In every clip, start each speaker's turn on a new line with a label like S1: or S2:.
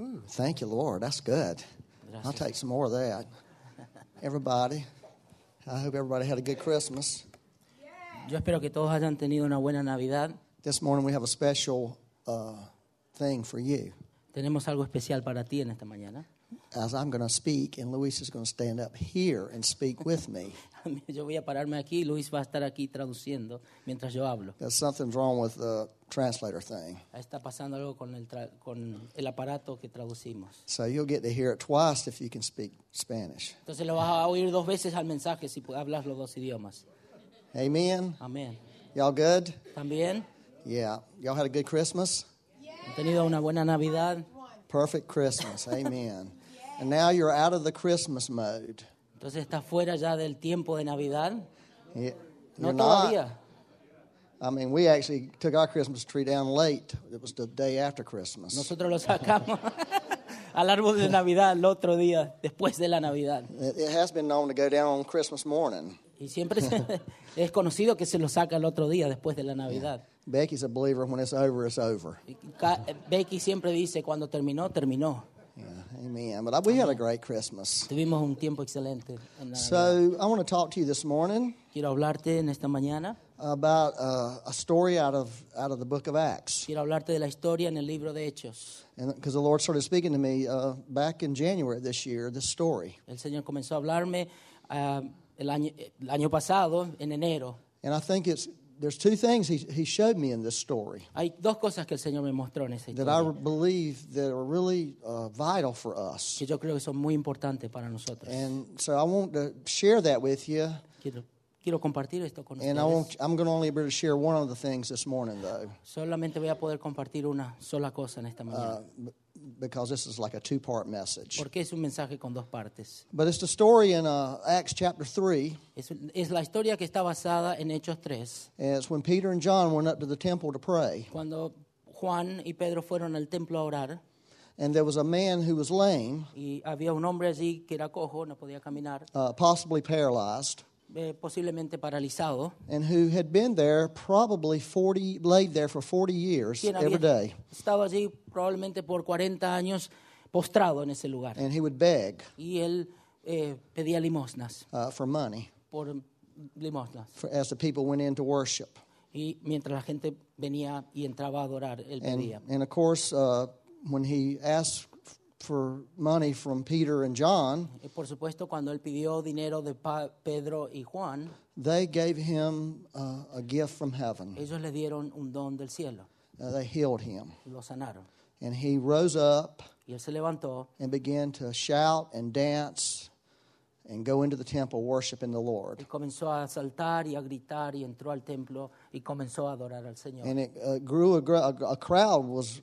S1: Ooh, thank you, Lord. That's good. I'll take some more of that. Everybody, I hope everybody had a good Christmas.
S2: Yo espero que todos hayan tenido una buena Navidad.
S1: This morning we have a special uh, thing for you.
S2: Tenemos algo especial para ti en esta mañana.
S1: As I'm going to speak, and Luis is going to stand up here and speak with me.
S2: Yo voy a pararme aquí y Luis va a estar aquí traduciendo mientras yo hablo.
S1: There's something's wrong with the translator thing.
S2: Está pasando algo con el, tra- con el aparato que traducimos.
S1: So you'll get to hear it twice if you can speak Spanish.
S2: Entonces lo vas a oír dos veces al mensaje si pu- hablas los dos idiomas.
S1: Amen.
S2: Amén.
S1: Y'all good?
S2: También
S1: Yeah. Y'all had a good Christmas?
S2: han tenido una buena Navidad.
S1: Perfect Christmas. Amen. And now you're out of the Christmas mode.
S2: Entonces estás fuera ya del tiempo de Navidad.
S1: Yeah.
S2: No
S1: You're
S2: todavía.
S1: I mean, we actually took our Christmas tree down late. It was the day after Christmas.
S2: Nosotros lo sacamos al árbol de Navidad el otro día, después de la Navidad.
S1: It, it has been known to go down on Christmas morning.
S2: Y siempre se- es conocido que se lo saca el otro día, después de la Navidad.
S1: Becky's a believer when it's over, it's over.
S2: Y ca- Becky siempre dice, cuando terminó, terminó.
S1: Yeah, amen. But I, we had a great Christmas.
S2: Tuvimos un tiempo excelente. en la Navidad.
S1: So I want to talk to you this morning
S2: Quiero hablarte en esta mañana,
S1: about uh, a story out of, out of the book of Acts.
S2: quiero hablarte de la historia en el libro de Hechos.
S1: Because the Lord started speaking to me uh, back in January this year, this story.
S2: El Señor comenzó a hablarme ah, el, año, el año pasado, en enero.
S1: And I think it's, there's two things he, he showed me in this story
S2: Hay dos cosas que el Señor me mostró en esa
S1: that I
S2: historia,
S1: believe that are really uh, vital for us.
S2: que yo creo que son muy importantes para nosotros.
S1: And so I want to share that with you.
S2: Quiero, quiero compartir esto con
S1: And I
S2: ustedes.
S1: want, I'm going to only be able to share one of the things this morning, though,
S2: Solamente voy a poder compartir una sola cosa en esta mañana,
S1: Ah. because this is like a two part message.
S2: porque es un mensaje con dos partes.
S1: But it's the story in uh, Acts chapter 3.
S2: Es, es la historia que está basada en Hechos 3,
S1: And it's when Peter and John went up to the temple to pray.
S2: cuando Juan y Pedro fueron al templo a orar
S1: And there was a man who was lame,
S2: y había un hombre allí que era cojo, no podía caminar,
S1: uh, possibly paralyzed,
S2: eh, posiblemente paralizado,
S1: and who had been there probably 40, laid there for 40 years
S2: quien
S1: every
S2: había
S1: day.
S2: estado allí probablemente por 40 años postrado en ese lugar.
S1: And he would beg
S2: Y él eh, pedía limosnas,
S1: uh, for money
S2: por limosnas.
S1: for, as the people went in to worship.
S2: Y mientras la gente venía y entraba a adorar, él pedía.
S1: And, and of course, uh, when he asked for money from Peter and John,
S2: Eh, Por supuesto, cuando él pidió dinero de Pa- Pedro y Juan,
S1: they gave him uh, a gift from heaven.
S2: ellos le dieron un don del cielo,
S1: Uh, they healed him.
S2: lo sanaron.
S1: And he rose up
S2: Y él se levantó
S1: and began to shout and dance and go into the temple worshiping the Lord.
S2: y comenzó a saltar y a gritar y entró al templo y comenzó a adorar al Señor.
S1: And it uh, grew a, gr- a, a crowd was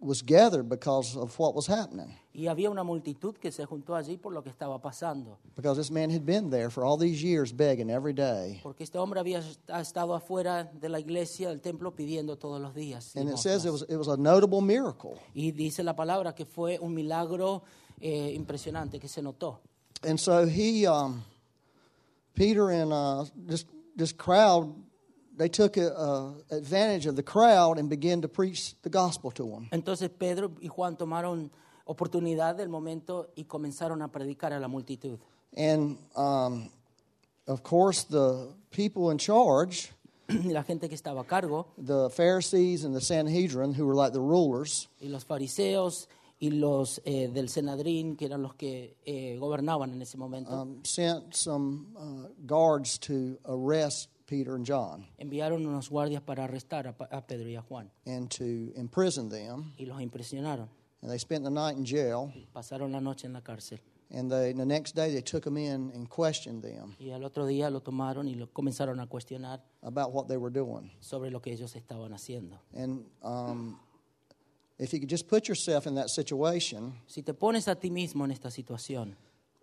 S1: was gathered because of what was happening.
S2: Y había una multitud que se juntó allí por lo que estaba pasando,
S1: Because this man had been there for all these years begging every day.
S2: porque este hombre había est- ha estado afuera de la iglesia, del templo, pidiendo todos los días.
S1: And it
S2: limosnas.
S1: says it was it was a notable miracle.
S2: Y dice la palabra que fue un milagro eh, impresionante que se notó.
S1: And so he um, Peter and uh, this this crowd they took uh, advantage of the crowd and began to preach the gospel to them.
S2: Entonces Pedro y Juan tomaron oportunidad del momento y comenzaron a predicar a la multitud.
S1: And um, of course, the people in charge,
S2: Y la gente que estaba a cargo,
S1: the Pharisees and the Sanhedrin, who were like the rulers,
S2: y los fariseos, y los eh, del Senadrín, que eran los que eh, gobernaban en ese momento,
S1: um, sent some uh, guards to arrest Peter and John
S2: enviaron unos guardias para arrestar a, Pa- a Pedro y a Juan.
S1: and to imprison them.
S2: Y los impresionaron.
S1: And they spent the night in jail.
S2: Pasaron la noche en la cárcel.
S1: And they, the next day, they took them in and questioned them
S2: Y al otro día lo tomaron y lo comenzaron a cuestionar
S1: about what they were doing.
S2: sobre lo que ellos estaban haciendo.
S1: And um, if you could just put yourself in that situation,
S2: Si te pones a ti mismo en esta situación,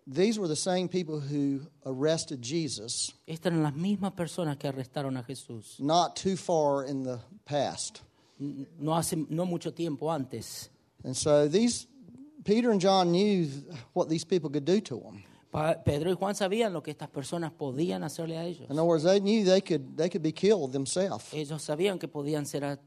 S1: these were the same people who arrested Jesus.
S2: estas eran las mismas personas que arrestaron a Jesús.
S1: not too far in the past.
S2: n- no hace no mucho tiempo antes.
S1: And so these Peter and John knew what these people could do to them.
S2: Pa- Pedro y Juan sabían lo que estas personas podían hacerle a ellos.
S1: In other words, they knew they could they could be killed themselves
S2: Ellos sabían que podían ser a-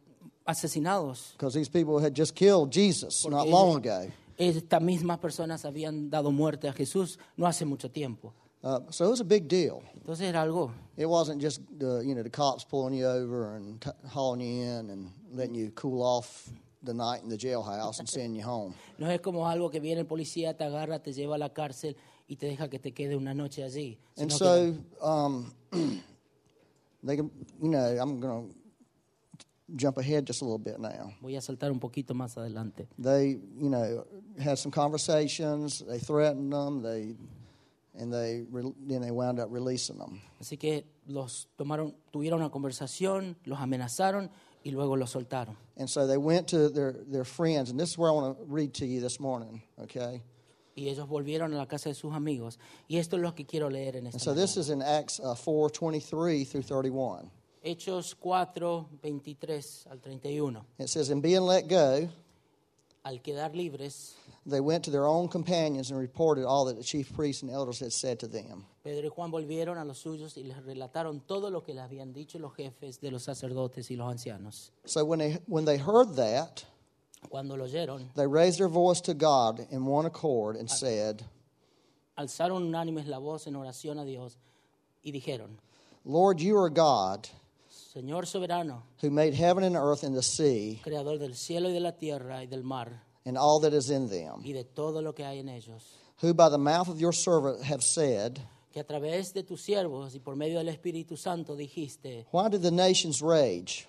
S2: asesinados.
S1: because these people had just killed Jesus not
S2: Porque
S1: long ago.
S2: Estas mismas personas habían dado muerte a Jesús no hace mucho tiempo.
S1: Uh, so it was a big deal.
S2: Entonces era algo.
S1: It wasn't just the, you know the cops pulling you over and t- hauling you in and letting you cool off the night in the jailhouse and sending you home.
S2: No es como algo que viene el policía, te agarra, te lleva a la cárcel y te deja que te quede una noche allí.
S1: And
S2: sino
S1: so um, they can you know I'm gonna jump ahead just a little bit now.
S2: Voy a saltar un poquito más adelante.
S1: They you know had some conversations. They threatened them. They and they re- then they wound up releasing them.
S2: Así que los tomaron, tuvieron una conversación, los amenazaron y luego los soltaron.
S1: And so they went to their, their friends, and this is where I want to read to you this morning, okay?
S2: Y ellos volvieron a la casa de sus amigos. Y esto es lo que quiero leer en este esta
S1: And so
S2: mañana.
S1: this is in Acts uh, 4 23 through 31.
S2: Hechos 4, 23 al 31.
S1: It says, And being let go,
S2: Al quedar libres,
S1: they went to their own companions and reported all that the chief priests and elders had said to them.
S2: Pedro y Juan volvieron a los suyos y les relataron todo lo que les habían dicho los jefes de los sacerdotes y los ancianos.
S1: So when they, when they heard that,
S2: Cuando lo oyeron,
S1: they raised their voice to God in one accord and said,
S2: alzaron unánimes la voz en oración a Dios y dijeron,
S1: Lord, you are God
S2: Señor soberano,
S1: who made heaven and earth and the sea
S2: creador del cielo y de la tierra y del mar
S1: and all that is in them,
S2: y de todo lo que hay en ellos,
S1: who by the mouth of your servant have said,
S2: que a través de tus siervos y por medio del Espíritu Santo dijiste,
S1: Why did the nations rage?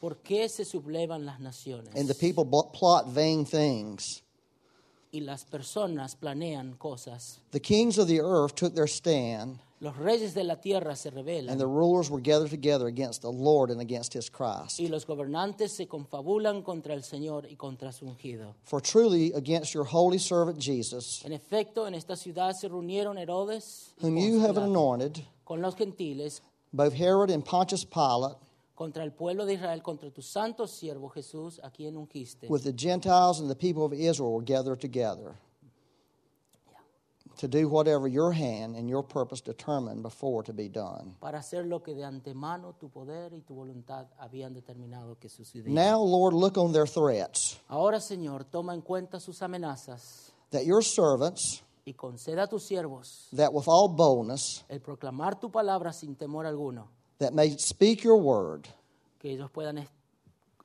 S2: ¿por qué se sublevan las naciones?
S1: and the people bl- plot vain things.
S2: y las personas planean cosas.
S1: The kings of the earth took their stand,
S2: Los reyes de la tierra se rebelan
S1: and the rulers were gathered together against the Lord and against his Christ.
S2: y los gobernantes se confabulan contra el Señor y contra su ungido.
S1: For truly, against your holy servant Jesus,
S2: En efecto, en esta ciudad se reunieron Herodes y
S1: whom you have
S2: Pilato
S1: anointed,
S2: con los gentiles
S1: both Herod and Pontius Pilate,
S2: contra el pueblo de Israel, contra tu santo siervo Jesús, a quien ungiste.
S1: with the Gentiles and the people of Israel, were gathered together to do whatever your hand and your purpose determined before to be done.
S2: para hacer lo que de antemano tu poder y tu voluntad habían determinado que sucediera.
S1: Now, Lord, look on their threats,
S2: Ahora, Señor, toma en cuenta sus amenazas
S1: that your servants,
S2: y conceda a tus siervos
S1: that with all boldness,
S2: el proclamar tu palabra sin temor alguno,
S1: that may speak your word
S2: que ellos puedan es-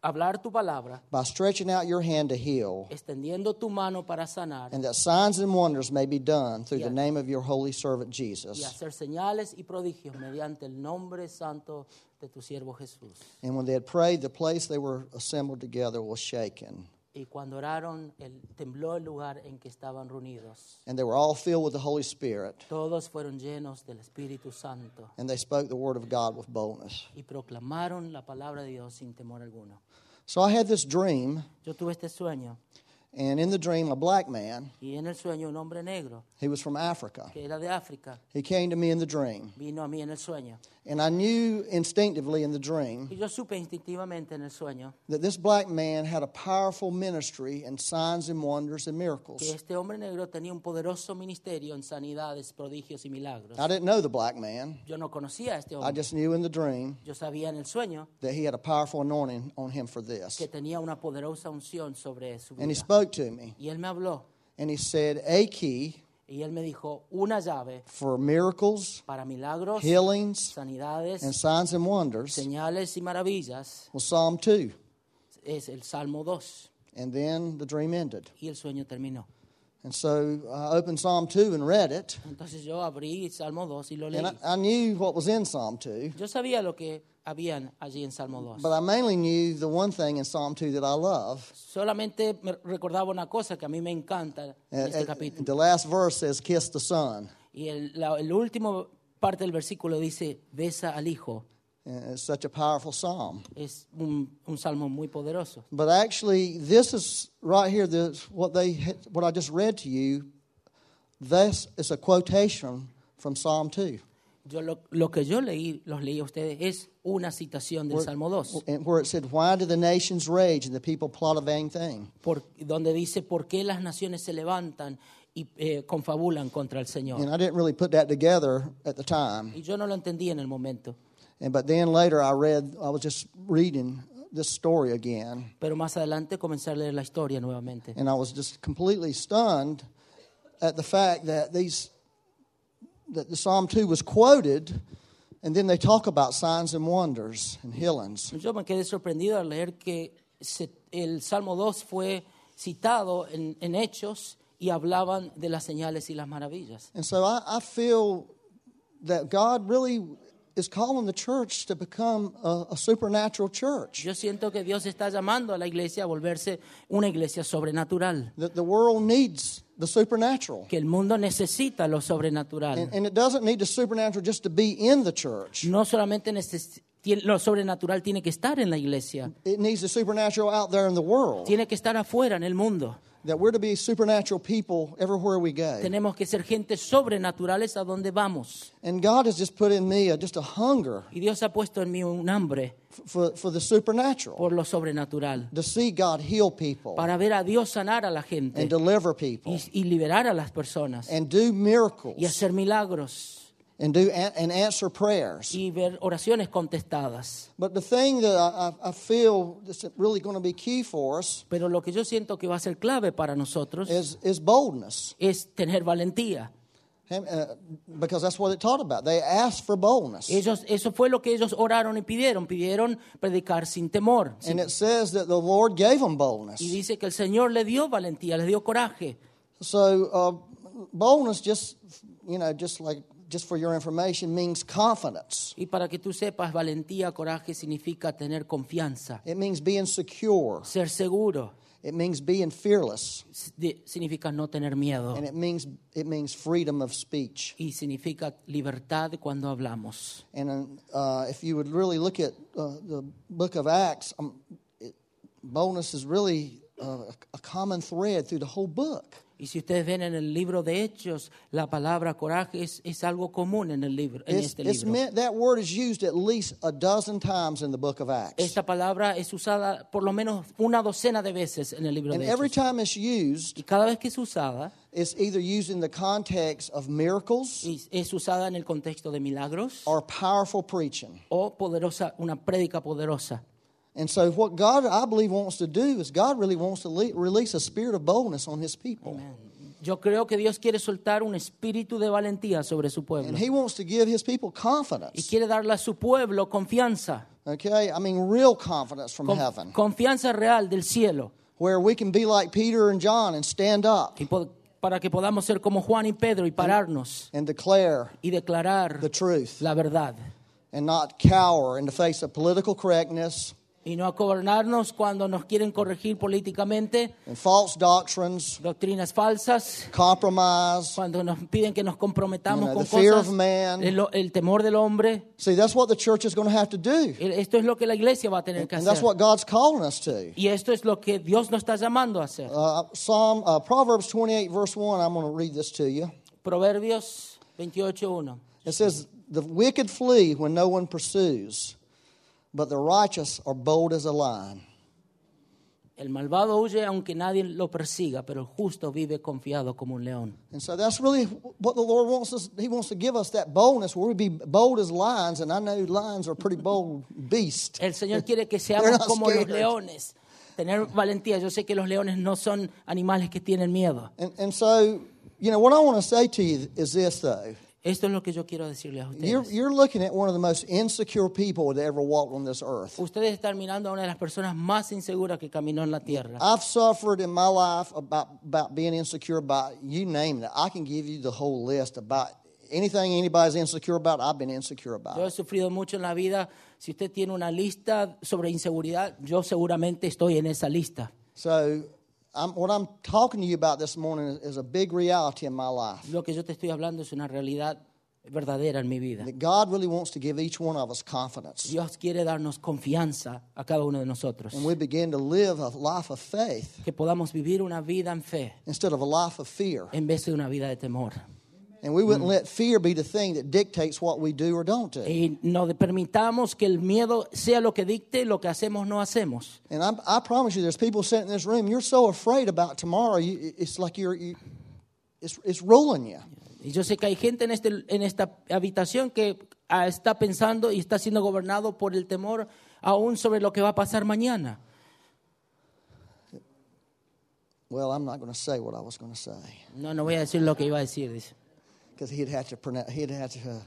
S2: hablar tu palabra,
S1: by stretching out your hand to heal,
S2: extendiendo tu mano para sanar
S1: and that signs and wonders may be done through
S2: Yeah.
S1: the name of your holy servant
S2: y
S1: Jesus.
S2: hacer señales y prodigios mediante el nombre santo de tu siervo Jesús.
S1: And when they had prayed, the place they were assembled together was shaken,
S2: Y cuando oraron, el- tembló el lugar en que estaban reunidos.
S1: and they were all filled with the Holy Spirit,
S2: Todos fueron llenos del Espíritu Santo.
S1: and they spoke the word of God with boldness.
S2: y proclamaron la palabra de Dios sin temor alguno.
S1: So I had this dream,
S2: Yo tuve este sueño
S1: and in the dream, a black man,
S2: y en el sueño un hombre negro
S1: he was from Africa,
S2: que era de África
S1: he came to me in the dream,
S2: vino a mí en el sueño
S1: and I knew instinctively in the dream.
S2: y yo supe instintivamente en el sueño
S1: That this black man had a powerful ministry and signs and wonders and miracles.
S2: que este hombre negro tenía un poderoso ministerio en sanidades, prodigios y milagros.
S1: I didn't know the black man.
S2: Yo no conocía a este
S1: I
S2: hombre.
S1: just knew in the dream
S2: Yo sabía en el sueño
S1: that he had a powerful anointing on him for this.
S2: que tenía una poderosa unción sobre su
S1: And he
S2: vida.
S1: spoke to me
S2: Y él me habló
S1: and he said, A key
S2: y él me dijo una llave
S1: for miracles,
S2: para milagros,
S1: healings, and
S2: sanidades,
S1: signs and wonders
S2: señales y maravillas
S1: was Psalm 2.
S2: es el Salmo 2
S1: And then the dream ended.
S2: y el sueño terminó.
S1: And so I opened Psalm 2 and read it.
S2: Entonces yo abrí Salmo 2 y lo leí.
S1: And I, I knew what was in Psalm 2,
S2: Yo sabía lo que habían allí en Salmo 2.
S1: but I mainly knew the one thing in Psalm 2 that I love.
S2: Solamente me recordaba una cosa que a mí me encanta en
S1: And-
S2: este
S1: and
S2: capítulo.
S1: the last verse says, Kiss the Son.
S2: Y el, la el último parte del versículo dice, besa al Hijo.
S1: And it's such a powerful psalm.
S2: Es un, un salmo muy poderoso.
S1: But actually, this is right here. This what they what I just read to you. This is a quotation from Psalm two,
S2: Yo lo, lo que yo leí, los leí a ustedes, es una citación del Salmo 2,
S1: and where it said, "Why do the nations rage and the people plot a vain thing?"
S2: por- donde dice, ¿por qué las naciones se levantan y eh, confabulan contra el Señor?
S1: And I didn't really put that together at the time.
S2: Y yo no lo entendí en el momento.
S1: And but then later, I read. I was just reading this story again.
S2: Pero más adelante comencé a leer la historia nuevamente.
S1: And I was just completely stunned at the fact that these that the Psalm 2 was quoted and then they talk about signs and wonders and healings.
S2: Yo me quedé sorprendido al leer que se- el Salmo 2 fue citado en, en Hechos y hablaban de las señales y las maravillas.
S1: And so I, I feel that God really is calling the church to become a, a supernatural church.
S2: Yo siento que Dios está llamando a la iglesia a volverse una iglesia sobrenatural,
S1: That the world needs the supernatural.
S2: que el mundo necesita lo sobrenatural.
S1: And, and it doesn't need the supernatural just to be in the church.
S2: No solamente neces- tien- lo sobrenatural tiene que estar en la iglesia,
S1: It needs the supernatural out there in the world.
S2: tiene que estar afuera en el mundo.
S1: That we're to be supernatural people everywhere we go.
S2: Tenemos que ser gente sobrenaturales a donde vamos.
S1: And God has just put in me a, just a hunger
S2: Y Dios ha puesto en mí un hambre
S1: f- for, for the supernatural,
S2: por lo sobrenatural,
S1: to see God heal people
S2: para ver a Dios sanar a la
S1: and
S2: gente
S1: deliver people
S2: y, y liberar a las personas
S1: and do
S2: y
S1: miracles
S2: hacer milagros
S1: and do an- and answer prayers.
S2: y ver oraciones contestadas.
S1: But the thing that I, I- I feel that's really going to be key for us
S2: Pero lo que yo siento que va a ser clave para nosotros
S1: is, is boldness,
S2: es tener valentía.
S1: And, uh, because that's what it taught about. They asked for boldness.
S2: Ellos, eso fue lo que ellos oraron y pidieron. Pidieron predicar sin temor. sin-
S1: And it says that the Lord gave them
S2: y
S1: boldness.
S2: dice que el Señor le dio valentía, les dio coraje.
S1: So uh, boldness, just you know, just like just for your information, means confidence.
S2: Y para que tú sepas, valentía, coraje significa tener confianza,
S1: It means being secure.
S2: ser seguro,
S1: It means being fearless,
S2: s- de- significa no tener miedo
S1: and it means it means freedom of speech.
S2: y significa libertad cuando hablamos.
S1: And uh, if you would really look at uh, the book of Acts, um, it, boldness is really uh, a common thread through the whole book.
S2: Y si ustedes ven en el libro de Hechos, la palabra coraje es, es algo común en, el libro, en
S1: It's,
S2: este
S1: it's
S2: libro.
S1: meant, that word is used at least a dozen times in the book of Acts.
S2: Esta palabra es usada por lo menos una docena de veces en el libro
S1: And
S2: de Hechos.
S1: every time it's used,
S2: Y cada vez que es usada,
S1: it's either used in the context of miracles
S2: es, es usada en el contexto de milagros
S1: or powerful preaching.
S2: o poderosa, una prédica poderosa.
S1: And so, what God, I believe, wants to do is God really wants to le- release a spirit of boldness on His people.
S2: Yo creo que Dios quiere soltar un espíritu de valentía sobre su pueblo
S1: And He wants to give His people
S2: y
S1: confidence.
S2: quiere darle a su pueblo confianza,
S1: Okay? I mean, real confidence from
S2: con-
S1: heaven,
S2: confianza real del cielo,
S1: where we can be like Peter and John and stand up
S2: y po- para que podamos ser como Juan y Pedro y pararnos
S1: and declare
S2: y declarar
S1: the truth
S2: la verdad
S1: and not cower in the face of political correctness
S2: y no acobernarnos cuando nos quieren corregir políticamente
S1: and false doctrines,
S2: doctrinas falsas.
S1: compromise.
S2: Cuando nos piden que nos comprometamos
S1: You know,
S2: con
S1: the fear
S2: cosas,
S1: of man.
S2: el, el temor del hombre,
S1: See, that's what the church is going to have to do.
S2: El- E-, Esto es lo que la iglesia va a tener que
S1: And that's
S2: hacer.
S1: what God's calling us to.
S2: Y esto es lo que Dios nos está llamando a hacer.
S1: Uh, Psalm uh, Proverbs 28 verse 1 I'm going to read this to you.
S2: Proverbios 28.1.
S1: It says the wicked flee when no one pursues but the righteous are bold as a lion.
S2: El malvado huye aunque nadie lo persiga, pero el justo vive confiado como un león.
S1: And so that's really what the Lord wants us he wants to give us that boldness where we be bold as lions and I know lions are pretty bold beasts.
S2: El Señor quiere que seamos
S1: not
S2: como los
S1: scared.
S2: leones. Tener valentía. Yo sé que los leones no son animales que tienen miedo.
S1: And and so you know what I want to say to you is this though.
S2: Esto es lo que yo quiero decirles a
S1: You're,
S2: ustedes.
S1: you're looking at one of the most insecure people that ever walked on this earth.
S2: Ustedes están mirando a una de las personas más inseguras que caminó en la tierra.
S1: I've suffered in my life about, about being insecure about you name it. I can give you the whole list about anything anybody's insecure about, I've been insecure about.
S2: Yo he sufrido mucho en la vida. Si usted tiene una lista sobre inseguridad, yo seguramente estoy en esa lista.
S1: So, I'm, what I'm talking to you about this morning is, is a big reality in my life
S2: Lo que yo te estoy hablando es una realidad verdadera en mi vida.
S1: that God really wants to give each one of us confidence.
S2: Dios quiere darnos confianza a cada uno de nosotros.
S1: And we begin to live a life of faith
S2: Que podamos vivir una vida en fe
S1: instead of a life of fear.
S2: en vez de una vida de temor.
S1: And we wouldn't let fear be the thing that dictates what we do or don't do.
S2: Y no de- permitamos que el miedo sea lo que dicte lo que hacemos no hacemos.
S1: And I, I promise you, there's people sitting in this room. You're so afraid about tomorrow. You, it's like you're, you, it's, it's ruling you.
S2: Y yo sé que hay gente en, este, en esta habitación que ah, está pensando y está siendo gobernado por el temor aún sobre lo que va a pasar mañana.
S1: Well, I'm not going to say what I was going to say
S2: No, no voy a decir lo que iba a decir, dice,
S1: because he'd have to pronounce, he'd have to, uh,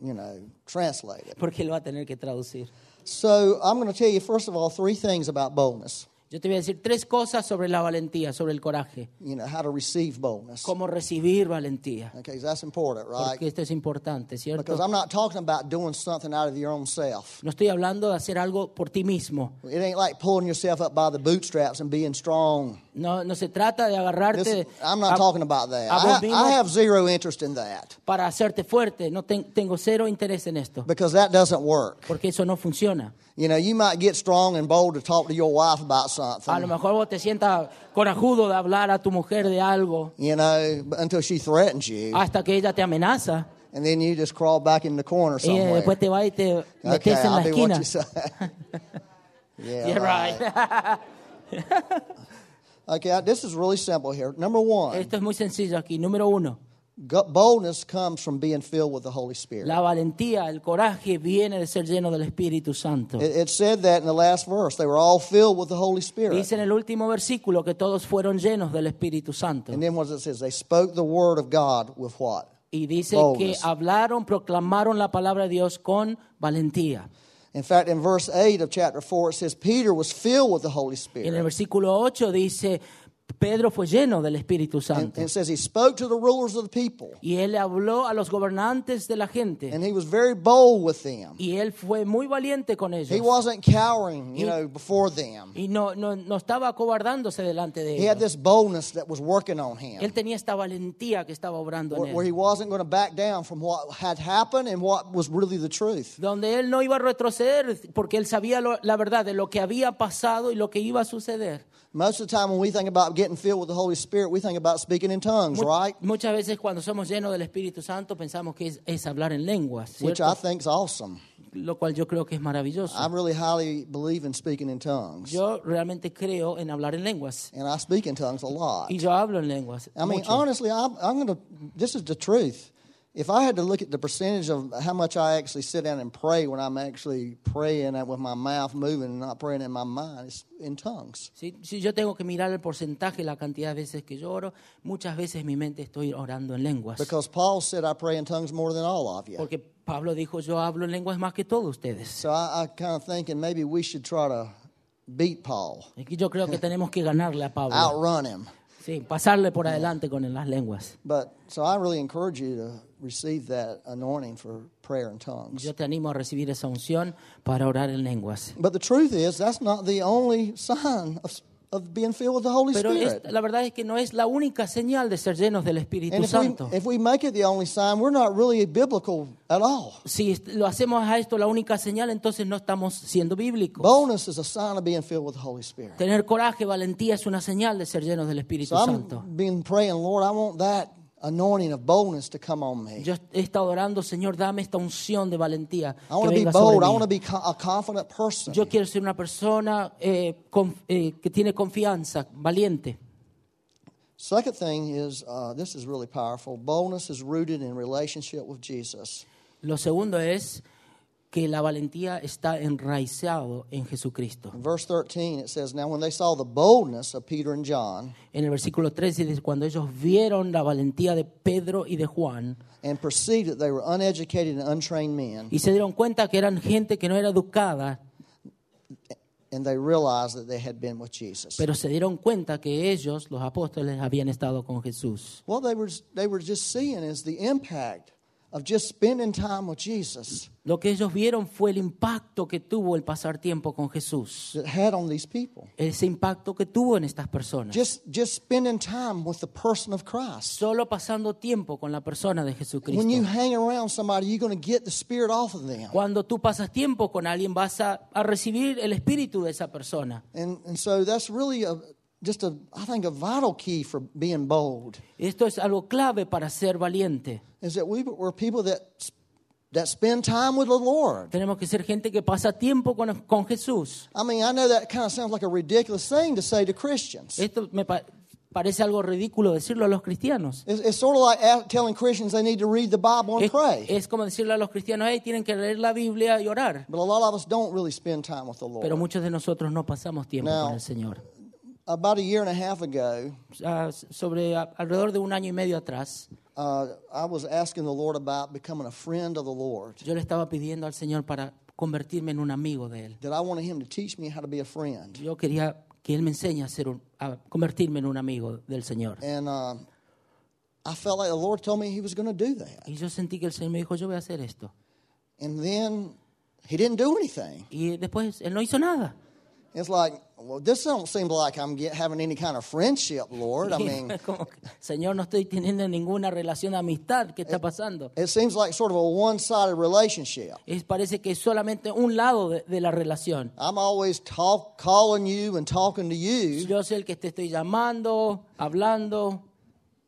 S1: you know, translate it.
S2: porque él va a tener que traducir.
S1: So I'm going to tell you first of all three things about boldness.
S2: Yo te voy a decir tres cosas sobre la valentía, sobre el coraje.
S1: You know how to receive boldness.
S2: Cómo recibir valentía.
S1: Okay, 'cause that's important, right?
S2: Porque esto es importante,
S1: Because
S2: ¿cierto?
S1: I'm not talking about doing something out of your own self.
S2: No estoy hablando de hacer algo por ti mismo.
S1: It ain't like pulling yourself up by the bootstraps and being strong.
S2: No, no se trata de agarrarte
S1: This, I'm not
S2: a-
S1: talking about that. I,
S2: a vos
S1: ha- I
S2: mismo.
S1: have zero interest in that
S2: para hacerte fuerte. No ten- tengo cero interés en esto,
S1: because that doesn't work.
S2: porque eso no funciona.
S1: You know, you might get strong and bold to talk to your wife about
S2: A lo
S1: something,
S2: mejor vos te sientas corajudo de hablar a tu mujer de algo
S1: you know, but until she threatens you.
S2: hasta que ella te amenaza
S1: and then you just crawl back in the corner
S2: y eh,
S1: somewhere.
S2: después te va y te
S1: okay,
S2: metes en la
S1: I'll do what
S2: esquina.
S1: you say. yeah,
S2: Yeah,
S1: right.
S2: right.
S1: Okay, this is really simple here. Number one,
S2: Esto es muy sencillo aquí. Número uno,
S1: go- boldness comes from being filled with the Holy Spirit.
S2: la valentía, el coraje viene de ser lleno del Espíritu Santo.
S1: It, it said that in the last verse. They were all filled with the Holy Spirit.
S2: Dice en el último versículo que todos fueron llenos del Espíritu Santo.
S1: And then what does it says? They spoke the word of God with what?
S2: Y dice que
S1: Boldness.
S2: hablaron, proclamaron la palabra de Dios con valentía.
S1: In fact, in verse 8 of chapter 4, it says, Peter was filled with the Holy
S2: Y en el
S1: Spirit.
S2: versículo 8 dice, Pedro fue lleno del Espíritu
S1: And,
S2: Santo.
S1: and it says he spoke to the rulers of the people.
S2: Y él habló a los gobernantes de la gente.
S1: And he was very bold with them.
S2: Y él fue muy valiente con
S1: He
S2: ellos.
S1: wasn't cowering, you know, before them.
S2: Y no, no, no estaba acobardándose delante de
S1: He had
S2: ellos.
S1: this boldness that was working on him,
S2: Él tenía esta valentía que estaba obrando
S1: where,
S2: en
S1: where
S2: él.
S1: he wasn't going to back down from what had happened and what was really the truth.
S2: Donde él no iba a retroceder porque él sabía lo- la verdad de lo que había pasado y lo que iba a suceder.
S1: Most of the time, when we think about getting filled with the Holy Spirit, we think about speaking in tongues,
S2: Mu-
S1: right?
S2: Muchas veces cuando somos llenos del Espíritu Santo pensamos que es, es hablar en lenguas,
S1: Which
S2: ¿cierto?
S1: I think is awesome.
S2: lo cual yo creo que es maravilloso.
S1: I really highly believe in speaking in tongues,
S2: Yo realmente creo en hablar en lenguas
S1: and I speak in tongues a lot.
S2: y yo hablo en lenguas.
S1: I mean,
S2: mucho.
S1: honestly, I'm, I'm going to. This is the truth. If I had to look at the percentage of how much I actually sit down and pray when I'm actually praying with my mouth moving and not praying in my mind, it's in tongues.
S2: Si, si yo tengo que mirar el porcentaje, la cantidad de veces que yo oro, muchas veces en mi mente estoy orando en lenguas.
S1: Because Paul said, I pray in tongues more than all of you.
S2: Porque Pablo dijo, yo hablo en lenguas más que todos ustedes.
S1: So I, I kind of thinking maybe we should try to beat Paul,
S2: Y yo creo que tenemos que ganarle a Pablo.
S1: outrun him.
S2: Sí, pasarle por adelante con las lenguas.
S1: But so I really encourage you to receive that anointing for prayer in tongues.
S2: Yo te animo a recibir esa unción para orar en lenguas.
S1: But the truth is, that's not the only sign of, of being filled with the Holy
S2: Pero es-
S1: Spirit.
S2: la verdad es que no es la única señal de ser llenos del Espíritu
S1: And if
S2: Santo.
S1: we, if we make it the only sign, we're not really biblical at all.
S2: Si est- lo hacemos a esto la única señal, entonces no estamos siendo bíblicos.
S1: Boldness is a sign of being filled with the Holy Spirit.
S2: Tener coraje, valentía es una señal de ser llenos del Espíritu
S1: So
S2: Santo.
S1: I'm been praying, Lord, I want that anointing of boldness to come on me.
S2: Yo he estado orando, Señor, dame esta unción de valentía.
S1: I
S2: que
S1: want to be
S2: venga sobre
S1: bold. I
S2: mí.
S1: want to be co- a confident person.
S2: Yo quiero ser una persona eh, con- eh, que tiene confianza, valiente.
S1: Second thing is uh, this is really powerful. Boldness is rooted in relationship with Jesus.
S2: Lo segundo es que la valentía está enraizado en Jesucristo.
S1: In verse 13, it says, Now when they saw the boldness of Peter and John
S2: En el versículo 13 dice, cuando ellos vieron la valentía de Pedro y de Juan
S1: and perceived that they were uneducated and untrained men,
S2: y se dieron cuenta que eran gente que no era educada,
S1: and they realized that they had been with Jesus.
S2: pero se dieron cuenta que ellos, los apóstoles, habían estado con Jesús.
S1: What they were, they were just seeing is the impact of just spending time with Jesus
S2: Lo que ellos vieron fue el impacto que tuvo el pasar tiempo con Jesús.
S1: that had on these people.
S2: Ese impacto que tuvo en estas personas.
S1: Just, just spending time with the person of Christ.
S2: Solo pasando tiempo con la persona de Jesucristo.
S1: When you hang around somebody, you're going to get the Spirit off of them.
S2: Cuando tú pasas tiempo con alguien vas a, a recibir el espíritu de esa persona.
S1: And, and so that's really a, just a, I think, a vital key for being bold
S2: Esto es algo clave para ser valiente.
S1: is that we, we're people that, that spend time with the Lord.
S2: Tenemos que ser gente que pasa tiempo con, con Jesús.
S1: I mean, I know that kind of sounds like a ridiculous thing to say to Christians.
S2: Esto me pa- parece algo ridículo decirlo a los cristianos.
S1: It's, it's sort of like a- telling Christians they need to read the Bible and
S2: Es,
S1: pray.
S2: es como decirle a los cristianos, hey, tienen que leer la Biblia y orar.
S1: But a lot of us don't really spend time with the
S2: Pero
S1: Lord.
S2: muchos de nosotros no pasamos tiempo
S1: Now-
S2: con el Señor.
S1: About a year and a half ago,
S2: Ah, sobre a- alrededor de un año y medio atrás,
S1: uh, I was asking the Lord about becoming a friend of the Lord.
S2: yo le estaba pidiendo al Señor para convertirme en un amigo de Él.
S1: That I wanted Him to teach me how to be a friend.
S2: Yo quería que Él me enseñe a, ser un- a convertirme en un amigo del Señor.
S1: And uh, I felt like the Lord told me He was going to do that.
S2: Y yo sentí que el Señor me dijo, yo voy a hacer esto.
S1: And then He didn't do anything.
S2: Y después Él no hizo nada.
S1: It's like, well, this don't seem like I'm get, having any kind of friendship, Lord. I
S2: Y
S1: mean,
S2: fue como que, Señor, no estoy teniendo ninguna relación de amistad. ¿Qué está pasando?
S1: it seems like sort of a one-sided relationship.
S2: Es, parece que es solamente un lado de, de la relación.
S1: I'm always talk, calling you and talking to you,
S2: Yo soy el que te estoy llamando, hablando,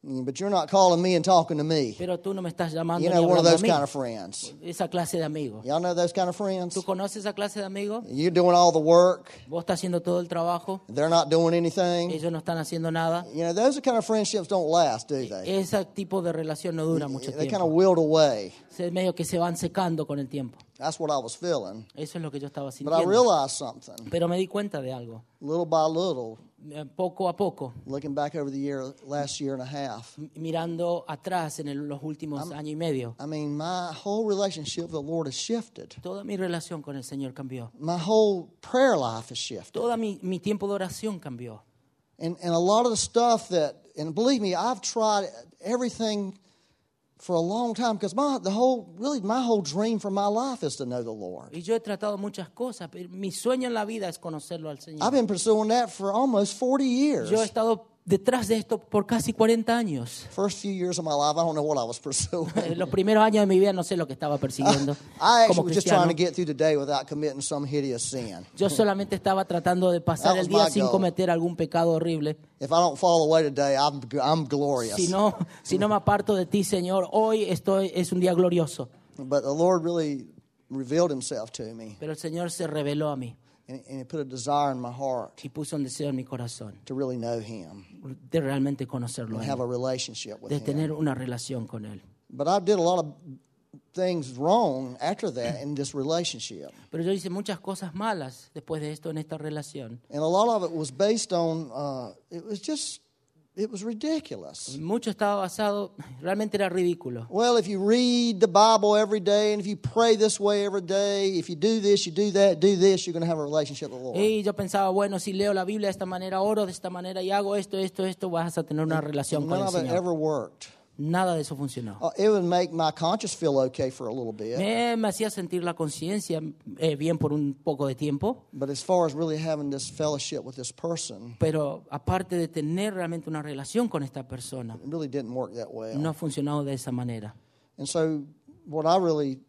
S1: but you're not calling me and talking to me.
S2: pero tú no me estás llamando
S1: You
S2: ni
S1: know, one of
S2: hablando a
S1: those
S2: mí.
S1: kind of friends.
S2: Esa clase de amigos.
S1: Y'all know those kind of friends?
S2: ¿Tú conoces esa clase de amigos?
S1: You're doing all the work,
S2: Vos estás haciendo todo el trabajo,
S1: they're not doing anything.
S2: ellos no están haciendo nada.
S1: You know, those kind of friendships don't last, do they?
S2: Ese tipo de relación no dura mucho
S1: They kind of
S2: tiempo.
S1: wilt away.
S2: Se- medio que se van secando con el tiempo.
S1: That's what I was feeling.
S2: Eso es lo que yo estaba
S1: But I
S2: sintiendo.
S1: realized something,
S2: Pero me di cuenta de algo.
S1: little by little,
S2: Eh, Poco a poco,
S1: looking back over the year, last year and a half.
S2: m- mirando atrás en el- los últimos años y medio,
S1: I mean, my whole relationship with the Lord has shifted.
S2: toda mi relación con el Señor cambió.
S1: My whole prayer life has shifted.
S2: Toda mi, mi tiempo de oración cambió.
S1: And, and a lot of the stuff that, and believe me, I've tried everything for a long time because my the whole really my whole dream for my life is to know the Lord.
S2: Y yo he tratado muchas cosas, pero mi sueño en la vida es conocerlo al Señor.
S1: I've been pursuing that for almost 40 years.
S2: Yo he estado detrás de esto por casi 40 años.
S1: First few years of my life, I don't know what I was pursuing.
S2: En los primeros años de mi vida no sé lo que estaba persiguiendo.
S1: I actually
S2: como
S1: was just
S2: cristiano.
S1: trying to get through the day without committing some hideous sin.
S2: Yo solamente estaba tratando de pasar
S1: That
S2: el
S1: was
S2: día
S1: my
S2: sin
S1: goal.
S2: cometer algún pecado horrible.
S1: If I don't fall away today, I'm I'm glorious.
S2: Si no, si no me aparto de ti, Señor, hoy estoy, es un día glorioso.
S1: But the Lord really revealed Himself to me,
S2: Pero el Señor se reveló a mí
S1: and, and He put a desire in my heart
S2: y puso un deseo en mi corazón
S1: to really know Him,
S2: de realmente conocerlo, a
S1: and
S2: Él,
S1: have a relationship with
S2: de
S1: Him.
S2: tener una relación con Él.
S1: But I did a lot of things wrong after that in this relationship,
S2: Pero yo hice muchas cosas malas después de esto en esta relación.
S1: and a lot of it was based on uh, it was just it was ridiculous.
S2: Mucho estaba basado, realmente era ridículo.
S1: Well, if you read the Bible every day, and if you pray this way every day, if you do this, you do that, do this, you're going to have a relationship with the Lord.
S2: Y yo pensaba, bueno, si leo la Biblia de esta manera, oro de esta manera y hago esto, esto, esto, vas a tener una relación con
S1: None
S2: el
S1: of it
S2: Señor.
S1: ever worked.
S2: Nada de eso funcionó.
S1: Uh, it would make my conscience feel okay for a little bit,
S2: Me, me hacía sentir la conciencia eh, bien por un poco de tiempo,
S1: but as far as really having this fellowship with this person,
S2: pero aparte de tener realmente una relación con esta persona,
S1: it really didn't work that well.
S2: no ha funcionado de esa manera.
S1: And so, what I really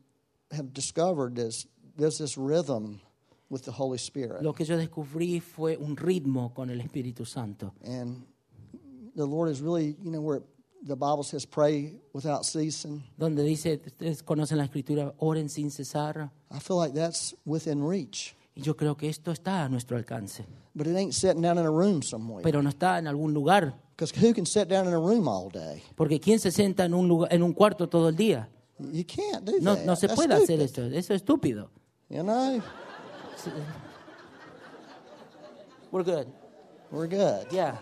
S1: have discovered is there's this rhythm with the Holy Spirit,
S2: Lo que yo descubrí fue un ritmo con el Espíritu Santo.
S1: and the Lord is really, you know, where the Bible says, "Pray without ceasing."
S2: donde dice, ustedes conocen la escritura, oren sin cesar.
S1: I feel like that's within reach,
S2: Y yo creo que esto está a nuestro alcance,
S1: but it ain't sitting down in a room somewhere.
S2: pero no está en algún lugar,
S1: Because who can sit down in a room all day?
S2: porque ¿quién se sienta en un, lugar, en un cuarto todo el día?
S1: You can't do
S2: No,
S1: that.
S2: no se
S1: That's
S2: puede hacer
S1: stupid,
S2: esto, eso es estúpido.
S1: You know,
S2: We're good,
S1: we're good.
S2: yeah.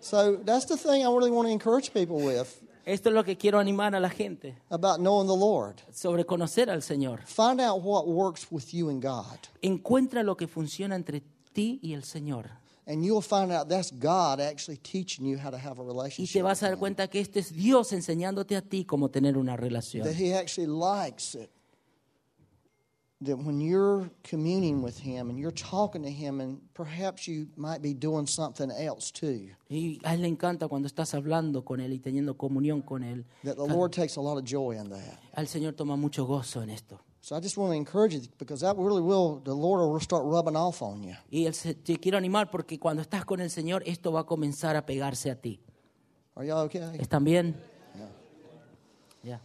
S1: So that's the thing I really want to encourage people with
S2: Esto es lo que quiero animar a la gente,
S1: about knowing the Lord.
S2: sobre conocer al Señor.
S1: Find out what works with you and God.
S2: Encuentra lo que funciona entre ti y el Señor.
S1: And you'll find out that's God actually teaching you how to have a
S2: Y
S1: relationship.
S2: te vas a dar
S1: with Him.
S2: cuenta que este es Dios enseñándote a ti cómo tener una relación.
S1: That He actually likes it. That when you're communing with Him and you're talking to Him, and perhaps you might be doing something else too,
S2: Y a él le encanta cuando estás hablando con él y teniendo comunión con él.
S1: that the Lord takes a lot of joy in that.
S2: Al Señor toma mucho gozo en esto.
S1: So I just want to encourage you because that really will, the Lord will start rubbing off on you.
S2: Y él se- te quiero animar porque cuando estás con el Señor, esto va a comenzar a pegarse a ti.
S1: Are y'all okay?
S2: ¿Están bien? Ya.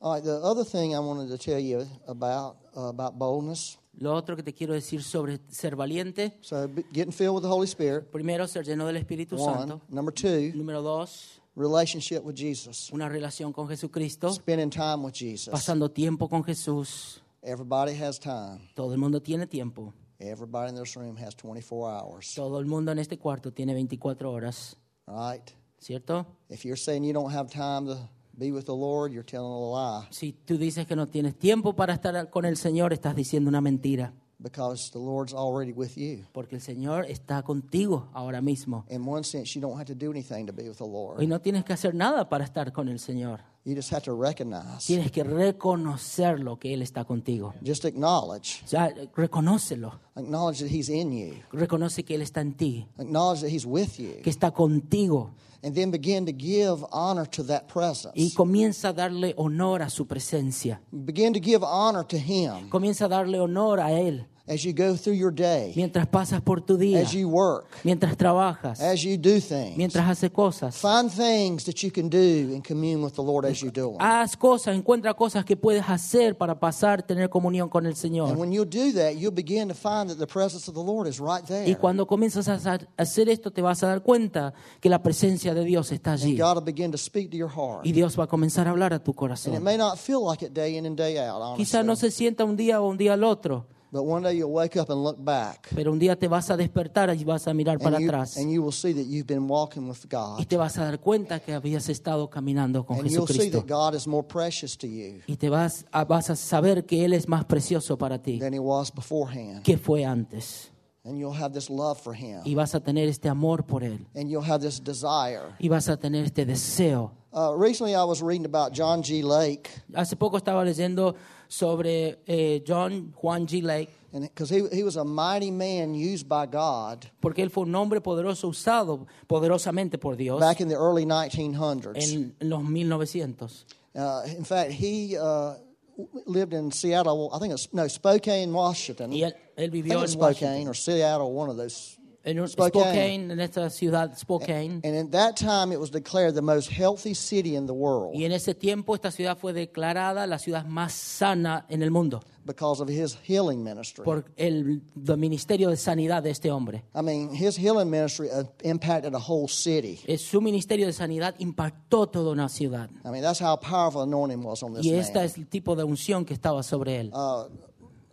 S1: All right, the other thing I wanted to tell you about, uh, about boldness
S2: Lo otro que te quiero decir sobre ser valiente,
S1: So be- getting filled with the Holy Spirit,
S2: primero, ser lleno del Espíritu
S1: one.
S2: Santo.
S1: Number two,
S2: Número dos,
S1: relationship with Jesus,
S2: una relación con Jesucristo,
S1: spending time with Jesus.
S2: pasando tiempo con Jesús.
S1: Everybody has time.
S2: Todo el mundo tiene tiempo.
S1: Everybody in this room has 24 hours,
S2: Todo el mundo en este cuarto tiene 24 horas,
S1: right?
S2: ¿cierto?
S1: If you're saying you don't have time to be with the Lord, you're telling a lie
S2: Si tú dices que no tienes tiempo para estar con el Señor, estás diciendo una mentira,
S1: because the Lord's already with you.
S2: porque el Señor está contigo ahora mismo.
S1: In one sense, you don't have to do anything to be with the Lord.
S2: Hoy no tienes que hacer nada para estar con el Señor.
S1: You just have to recognize,
S2: Tienes que reconocerlo que Él está contigo.
S1: just acknowledge,
S2: O sea, reconócelo.
S1: acknowledge that He's in you,
S2: Reconoce que Él está en ti,
S1: acknowledge that He's with you,
S2: que está contigo.
S1: and then begin to give honor to that
S2: Y
S1: presence.
S2: comienza a darle honor a su presencia.
S1: Begin to give honor to Him
S2: Comienza a darle honor a Él
S1: as you go through your day,
S2: mientras pasas por tu día,
S1: as you work,
S2: mientras trabajas,
S1: as you do things.
S2: mientras haces cosas.
S1: Find things that you can do and commune with the Lord as you do them.
S2: Haz cosas, encuentra cosas que puedes hacer para pasar, tener comunión con el
S1: And
S2: Señor.
S1: when you'll do that, you'll begin to find that the presence of the Lord is right
S2: Y
S1: there.
S2: cuando comienzas a hacer- a hacer esto, te vas a dar cuenta que la presencia de Dios está allí.
S1: God will begin to speak to your heart.
S2: Y Dios va a comenzar a hablar a tu
S1: And it
S2: corazón.
S1: may not feel like it day in and day out,
S2: Quizás no
S1: honestly.
S2: se sienta un día o un día al otro,
S1: But one day you'll wake up and look back.
S2: pero un día te vas a despertar y vas a mirar para
S1: And you,
S2: atrás.
S1: and you will see that you've been walking with
S2: Y
S1: God.
S2: te vas a dar cuenta que habías estado caminando con
S1: And you'll see
S2: Jesucristo.
S1: that God is more precious to you
S2: Y te vas a, vas a saber que Él es más precioso para ti
S1: than He was beforehand.
S2: que fue antes.
S1: And you'll have this love for Him.
S2: Y vas a tener este amor por Él.
S1: And you'll have this desire.
S2: Y vas a tener este deseo
S1: Uh, recently, I was reading about John G. Lake.
S2: Hace poco estaba leyendo sobre eh, John Juan G. Lake,
S1: And because he, he was a mighty man used by God
S2: porque él fue un hombre poderoso usado poderosamente por Dios
S1: back in the early 1900s.
S2: en los 1900.
S1: Uh, in fact, he uh, w- lived in Seattle, I think it's no, Spokane, Washington.
S2: Y él, él
S1: I think
S2: vivió
S1: it's
S2: en
S1: Spokane
S2: Washington,
S1: or Seattle, one of those.
S2: en un-
S1: Spokane.
S2: Spokane. en esta ciudad Spokane.
S1: And at that time, it was declared the most healthy city in the
S2: Y
S1: world
S2: en ese tiempo esta ciudad fue declarada la ciudad más sana en el mundo
S1: because of his healing ministry.
S2: por el del Ministerio de Sanidad de este hombre.
S1: I mean, his healing ministry uh, impacted a whole city.
S2: Eh, Su ministerio de sanidad impactó toda una ciudad.
S1: I mean, that's how powerful anointing was on this
S2: Y esta
S1: man.
S2: es el tipo de unción que estaba sobre él.
S1: Uh,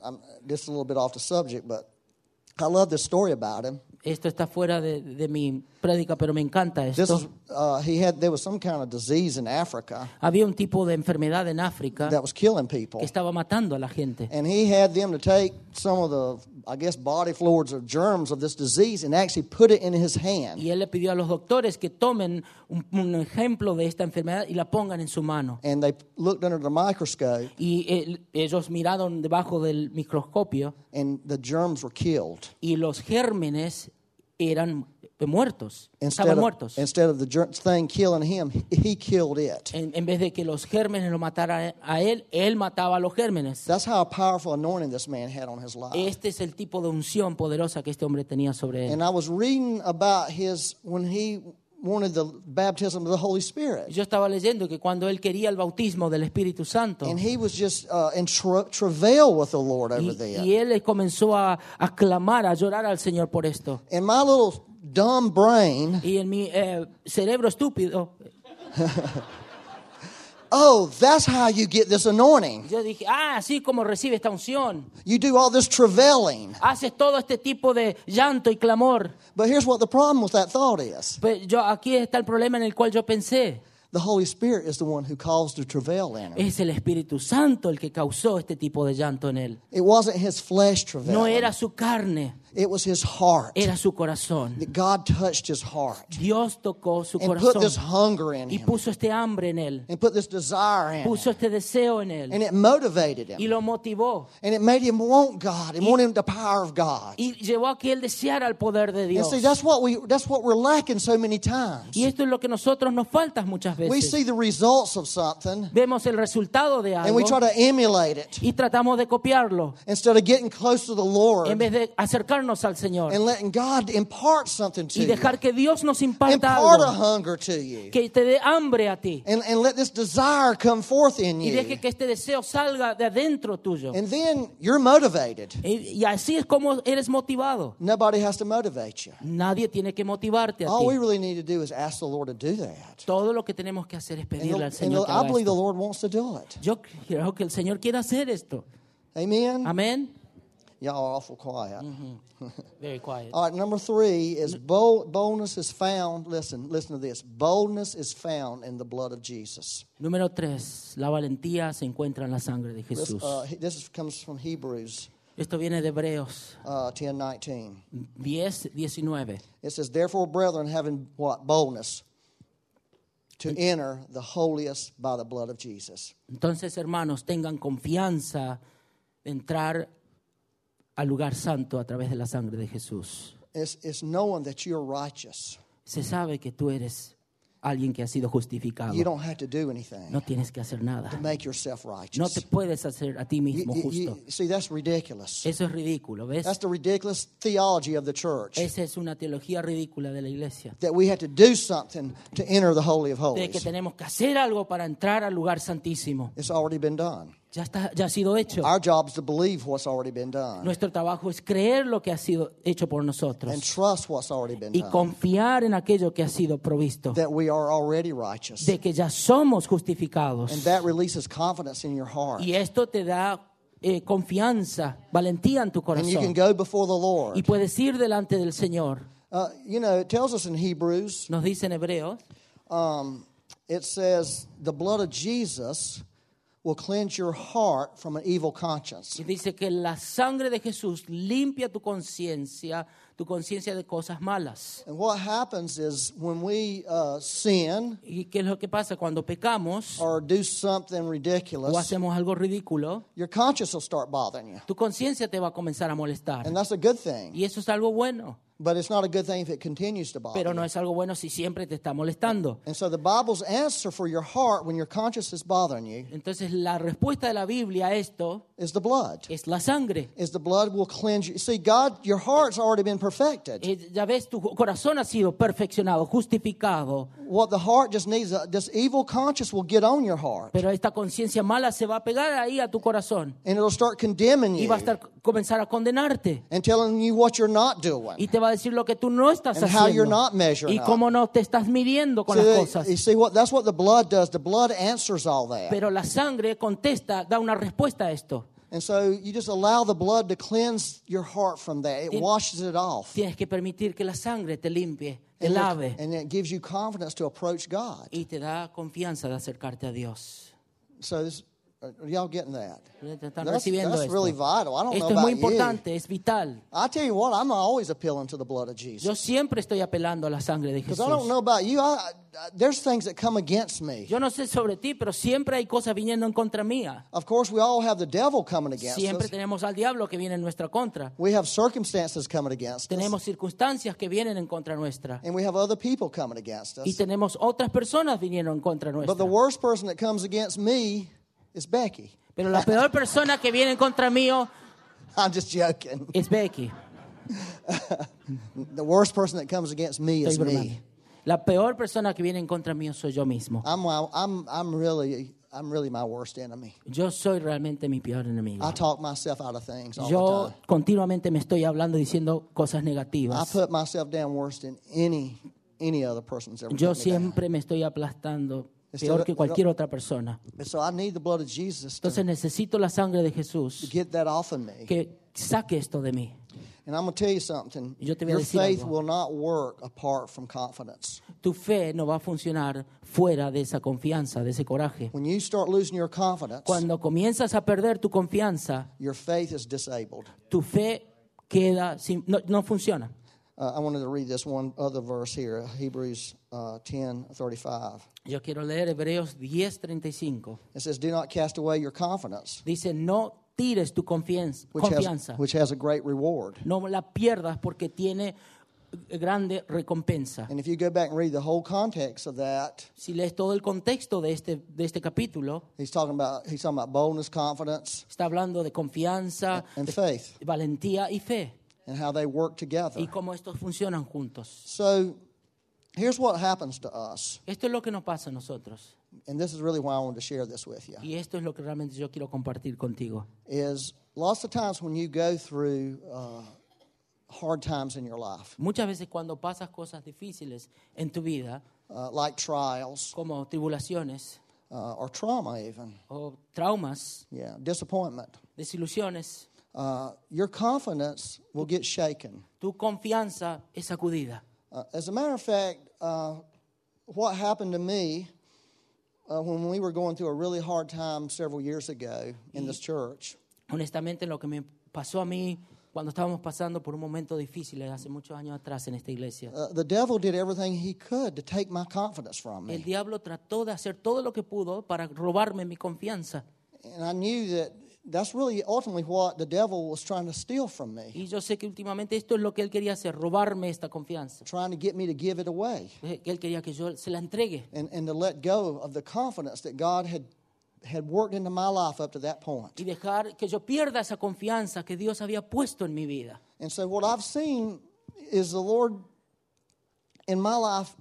S1: I'm just a little bit off the subject, but I love this story about him.
S2: Esto está fuera de, de mi prédica, pero me encanta
S1: This is,
S2: esto.
S1: uh, he had there was some kind of disease in Africa
S2: Había un tipo de enfermedad en África
S1: that was killing
S2: que
S1: people,
S2: estaba matando a la gente.
S1: and he had them to take some of the I guess body fluids or germs of this disease and actually put it in his hand,
S2: Y él le pidió a los doctores que tomen un, un ejemplo de esta enfermedad y la pongan en su mano.
S1: and they looked under the microscope,
S2: Y él- ellos miraron debajo del microscopio
S1: and the germs were killed
S2: y los gérmenes eran muertos,
S1: instead
S2: estaban
S1: of,
S2: muertos.
S1: instead of the germ thing killing him, he killed it.
S2: En, en vez de que los gérmenes lo mataran a él, él mataba a los gérmenes.
S1: That's how powerful anointing this man had on his life.
S2: Este es el tipo de unción poderosa que este hombre tenía sobre él.
S1: And I was reading about his when he wanted the baptism of the Holy Spirit.
S2: Yo estaba leyendo que cuando él quería el bautismo del Espíritu Santo,
S1: And he was just uh, in tra- travail with the Lord over
S2: y,
S1: there.
S2: y él comenzó a, a clamar, a llorar al Señor por esto.
S1: In my little dumb brain,
S2: Y en mi eh, cerebro estúpido,
S1: oh, that's how you get this anointing.
S2: yo dije, ah, así como recibe esta unción,
S1: You do all this travailing.
S2: haces todo este tipo de llanto y clamor.
S1: But here's what the problem with that thought is
S2: Pero yo, aquí está el problema en el cual yo pensé.
S1: the Holy Spirit is the one who caused the travail in him.
S2: Es el Espíritu Santo el que causó este tipo de llanto en él.
S1: It wasn't his flesh
S2: No uh,
S1: travailing,
S2: era su carne,
S1: it was his heart.
S2: era su corazón.
S1: That God touched his heart
S2: Dios tocó su
S1: and put this
S2: corazón
S1: hunger in
S2: y
S1: him
S2: puso este hambre en él,
S1: and put this desire in him.
S2: puso este deseo en él.
S1: And it motivated
S2: y
S1: him
S2: lo motivó
S1: and it made him want God and want him the power of God.
S2: y llevó a que él deseara el poder de
S1: And
S2: Dios.
S1: see, that's what we that's what we're lacking so many times.
S2: Y esto es lo que nosotros nos falta muchas
S1: We
S2: veces.
S1: see the results of something
S2: Vemos el resultado de
S1: and we try
S2: algo
S1: to emulate it
S2: y tratamos de copiarlo
S1: instead of getting close to the
S2: en
S1: Lord
S2: vez de entregarnos al Señor
S1: and letting God impart something to
S2: y
S1: you.
S2: dejar que Dios nos imparta
S1: Impart a
S2: algo,
S1: hunger to you.
S2: que te dé hambre a ti
S1: And, and let this desire come forth in
S2: y
S1: you.
S2: deje que este deseo salga de adentro tuyo.
S1: And then you're motivated.
S2: Y, y así es como eres motivado.
S1: Nobody has to motivate you.
S2: Nadie tiene que motivarte a
S1: All we
S2: ti.
S1: really need to do is ask the Lord to do that.
S2: Todo lo que tenemos que hacer es
S1: And, the-
S2: pedirle al
S1: and the-
S2: Señor que
S1: I
S2: haga
S1: believe the
S2: esto.
S1: Lord wants to do it.
S2: Yo creo que el Señor quiere hacer esto.
S1: Amen?
S2: Amén.
S1: Y'all are awful quiet.
S2: Very quiet.
S1: All right, number three is bold, boldness is found. Listen, listen to this. Boldness is found in the blood of Jesus.
S2: Número tres, la valentía se encuentra en la sangre de
S1: This,
S2: Jesús.
S1: uh, he- this is, comes from Hebrews
S2: Esto viene de Hebreos
S1: uh, 10 19.
S2: 10, 19.
S1: It says, Therefore, brethren, having what? Boldness to enter the holiest by the blood of Jesus.
S2: Entonces, hermanos, tengan confianza de entrar al lugar santo a través de la sangre de Jesús.
S1: It's, it's knowing that you're righteous.
S2: Se sabe que tú eres alguien que ha sido justificado.
S1: You don't have to do anything
S2: No tienes que hacer
S1: to
S2: nada.
S1: make yourself
S2: No
S1: righteous.
S2: te puedes hacer a ti
S1: You-
S2: mismo
S1: you-
S2: justo.
S1: you- see, that's ridiculous.
S2: Eso es ridículo,
S1: That's
S2: ¿ves?
S1: the ridiculous theology of the church.
S2: Esa es una teología ridícula de la iglesia.
S1: That we have to do something to enter the Holy of
S2: De que
S1: Holies.
S2: tenemos que hacer algo para entrar al lugar santísimo.
S1: It's already been done.
S2: Ya, está, ya ha sido hecho.
S1: Our job is to believe what's already been done
S2: Nuestro trabajo es creer lo que ha sido hecho por
S1: and
S2: nosotros
S1: trust what's already been
S2: y
S1: done.
S2: confiar en aquello que ha sido provisto,
S1: That we are already righteous.
S2: de que ya somos justificados.
S1: And that releases confidence in your heart.
S2: Y esto te da eh, confianza, valentía en tu
S1: And you can
S2: corazón.
S1: go before the
S2: Y
S1: Lord.
S2: puedes ir delante del Señor.
S1: Uh, you know, it tells us in Hebrews,
S2: Nos dice en Hebreos,
S1: um, it says, the blood of Jesus will cleanse your heart from an evil conscience.
S2: y dice que la sangre de Jesús limpia tu conciencia, tu conciencia de cosas malas.
S1: And what happens is when we uh, sin
S2: ¿Y qué es lo que pasa cuando pecamos
S1: or do something
S2: o
S1: ridiculous,
S2: hacemos algo ridículo?
S1: your conscience will start bothering you.
S2: Tu conciencia te va a comenzar a molestar.
S1: And that's a good thing.
S2: Y eso es algo bueno.
S1: But it's not a good thing if it continues to bother
S2: Pero
S1: you.
S2: no es algo bueno si siempre te está molestando.
S1: And so the Bible's answer for your heart when your conscience is bothering you
S2: Entonces la respuesta de la Biblia a esto
S1: is the blood.
S2: es la sangre.
S1: Is the blood will cleanse you. See, God, your heart's already been perfected.
S2: Eh, Ya ves, tu corazón ha sido perfeccionado, justificado,
S1: What the heart just needs, uh, this evil conscience will get on your heart.
S2: pero esta conciencia mala se va a pegar ahí a tu corazón
S1: And it'll start condemning
S2: y
S1: you
S2: va a estar, comenzar a condenarte
S1: and telling you what you're not doing.
S2: y te va a decir lo que tú no estás
S1: And how you're not
S2: haciendo
S1: measuring
S2: y
S1: up.
S2: cómo no te estás midiendo con
S1: See,
S2: las
S1: they-
S2: cosas.
S1: you see what that's what the blood does. The blood answers all that.
S2: Pero la sangre contesta, da una respuesta a esto.
S1: And so you just allow the blood to cleanse your heart from that. It
S2: Tien-
S1: washes it off.
S2: Tienes que permitir que la sangre te limpie, te
S1: And it-
S2: lave
S1: and it gives you confidence to approach God.
S2: y te da confianza de acercarte a Dios.
S1: So this, are are y'all getting that?
S2: Están
S1: That's-
S2: recibiendo
S1: that's
S2: esto.
S1: really vital. I don't
S2: esto
S1: know
S2: es muy
S1: about you.
S2: importante, es vital.
S1: I tell you what, I'm always appealing to the blood of Jesus.
S2: Yo siempre estoy apelando a la sangre de
S1: Because I don't
S2: Jesús.
S1: know about you, I, I, there's things that come against me.
S2: Yo no sé sobre ti, pero siempre hay cosas viniendo en contra mía.
S1: Of course, we all have the devil coming against
S2: Siempre
S1: us.
S2: tenemos al diablo que viene en nuestra contra.
S1: We have circumstances coming against us.
S2: Tenemos circunstancias que vienen en contra nuestra.
S1: And we have other people coming against
S2: Y
S1: us.
S2: tenemos otras personas viniendo en contra
S1: But the
S2: nuestra.
S1: worst person that comes against me is Becky.
S2: Pero la peor persona que viene en contra mío
S1: I'm just joking.
S2: es Becky.
S1: The worst person that comes against me
S2: Estoy
S1: is
S2: bromeando.
S1: me.
S2: La peor persona que viene en contra mío soy yo mismo.
S1: I'm, my- I'm, I'm, really, I'm really my worst enemy.
S2: Yo soy realmente mi peor enemigo.
S1: I talk myself out of things all the
S2: Yo
S1: time.
S2: continuamente me estoy hablando diciendo cosas
S1: I
S2: negativas.
S1: put myself down worse than any any other person's ever
S2: Yo
S1: put me down.
S2: siempre me estoy aplastando,
S1: Esto
S2: peor
S1: no-
S2: que
S1: no-
S2: cualquier otra persona.
S1: And so I need the blood of Jesus to
S2: Entonces necesito la sangre de Jesús
S1: get that off of me.
S2: que saque esto de mí.
S1: And I'm going to tell you something.
S2: Yo te voy a
S1: Your
S2: decir
S1: faith
S2: algo.
S1: will not work apart from confidence.
S2: Tu fe no va a funcionar fuera de esa confianza, de ese coraje.
S1: When you start losing your confidence,
S2: Cuando comienzas a perder tu confianza,
S1: your faith is disabled.
S2: tu fe queda sin- no, no funciona.
S1: Uh, I wanted to read this one other verse here, Hebrews uh, 10
S2: Yo quiero leer Hebreos 10:35.
S1: It says, Do not cast away your confidence,
S2: Dice, no tires tu confien-
S1: which has,
S2: confianza,
S1: which has a great reward.
S2: no la pierdas porque tiene grande recompensa.
S1: And if you go back and read the whole context of that,
S2: Si lees todo el contexto de este, de este capítulo,
S1: he's talking about, he's talking about boldness, confidence,
S2: está hablando de confianza,
S1: and faith.
S2: valentía y fe.
S1: and how they work together.
S2: y cómo estos funcionan juntos.
S1: So here's what happens to us,
S2: Esto es lo que nos pasa a nosotros
S1: and this is really why I wanted to share this with you.
S2: y esto es lo que realmente yo quiero compartir contigo.
S1: Is lots of times when you go through uh, hard times in your life,
S2: Muchas veces cuando pasas cosas difíciles en tu vida,
S1: uh, like trials
S2: como tribulaciones
S1: uh, or trauma, even
S2: o traumas,
S1: yeah, disappointment,
S2: desilusiones,
S1: uh, your confidence will get shaken.
S2: tu confianza es sacudida.
S1: Uh, as a matter of fact, uh, what happened to me uh, when we were going through a really hard time several years ago in this church,
S2: Honestamente, lo que me pasó a mí cuando estábamos pasando por un momento difícil hace muchos años atrás en esta iglesia,
S1: uh, the devil did everything he could to take my confidence from
S2: el
S1: me.
S2: diablo trató de hacer todo lo que pudo para robarme mi confianza.
S1: And I knew that that's really ultimately what the devil was trying to steal from me,
S2: Y yo sé que últimamente esto es lo que él quería hacer, robarme esta confianza.
S1: trying to get me to give it away
S2: Eh, Él quería que yo se la entregue
S1: and, and to let go of the confidence that God had, had worked into my life up to that point.
S2: y dejar que yo pierda esa confianza que Dios había puesto en mi vida.
S1: And so, what I've seen is the Lord in my life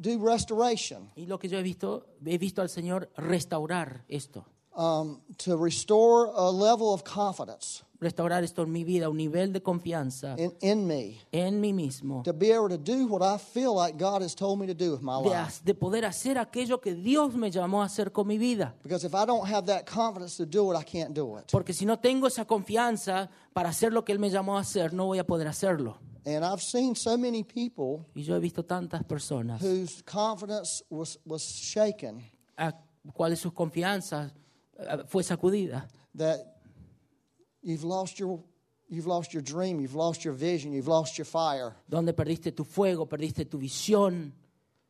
S1: do restoration.
S2: Y lo que yo he visto, he visto al Señor restaurar esto,
S1: um, to restore a level of confidence
S2: restaurar esto en mi vida, un nivel de confianza
S1: in, in me,
S2: en mí mismo,
S1: to be able to do what I feel like God has told me to do with my
S2: de,
S1: life.
S2: ha- de poder hacer aquello que Dios me llamó a hacer con mi vida.
S1: Because if I don't have that confidence to do it, I can't do it.
S2: Porque si no tengo esa confianza para hacer lo que Él me llamó a hacer, no voy a poder hacerlo.
S1: And I've seen so many people
S2: Y yo he visto tantas personas
S1: whose confidence was, was shaken
S2: a cuáles sus confianzas eh, fue sacudida.
S1: that you've lost your. You've lost your dream, you've lost your vision, you've lost your fire,
S2: donde perdiste tu fuego, perdiste tu visión,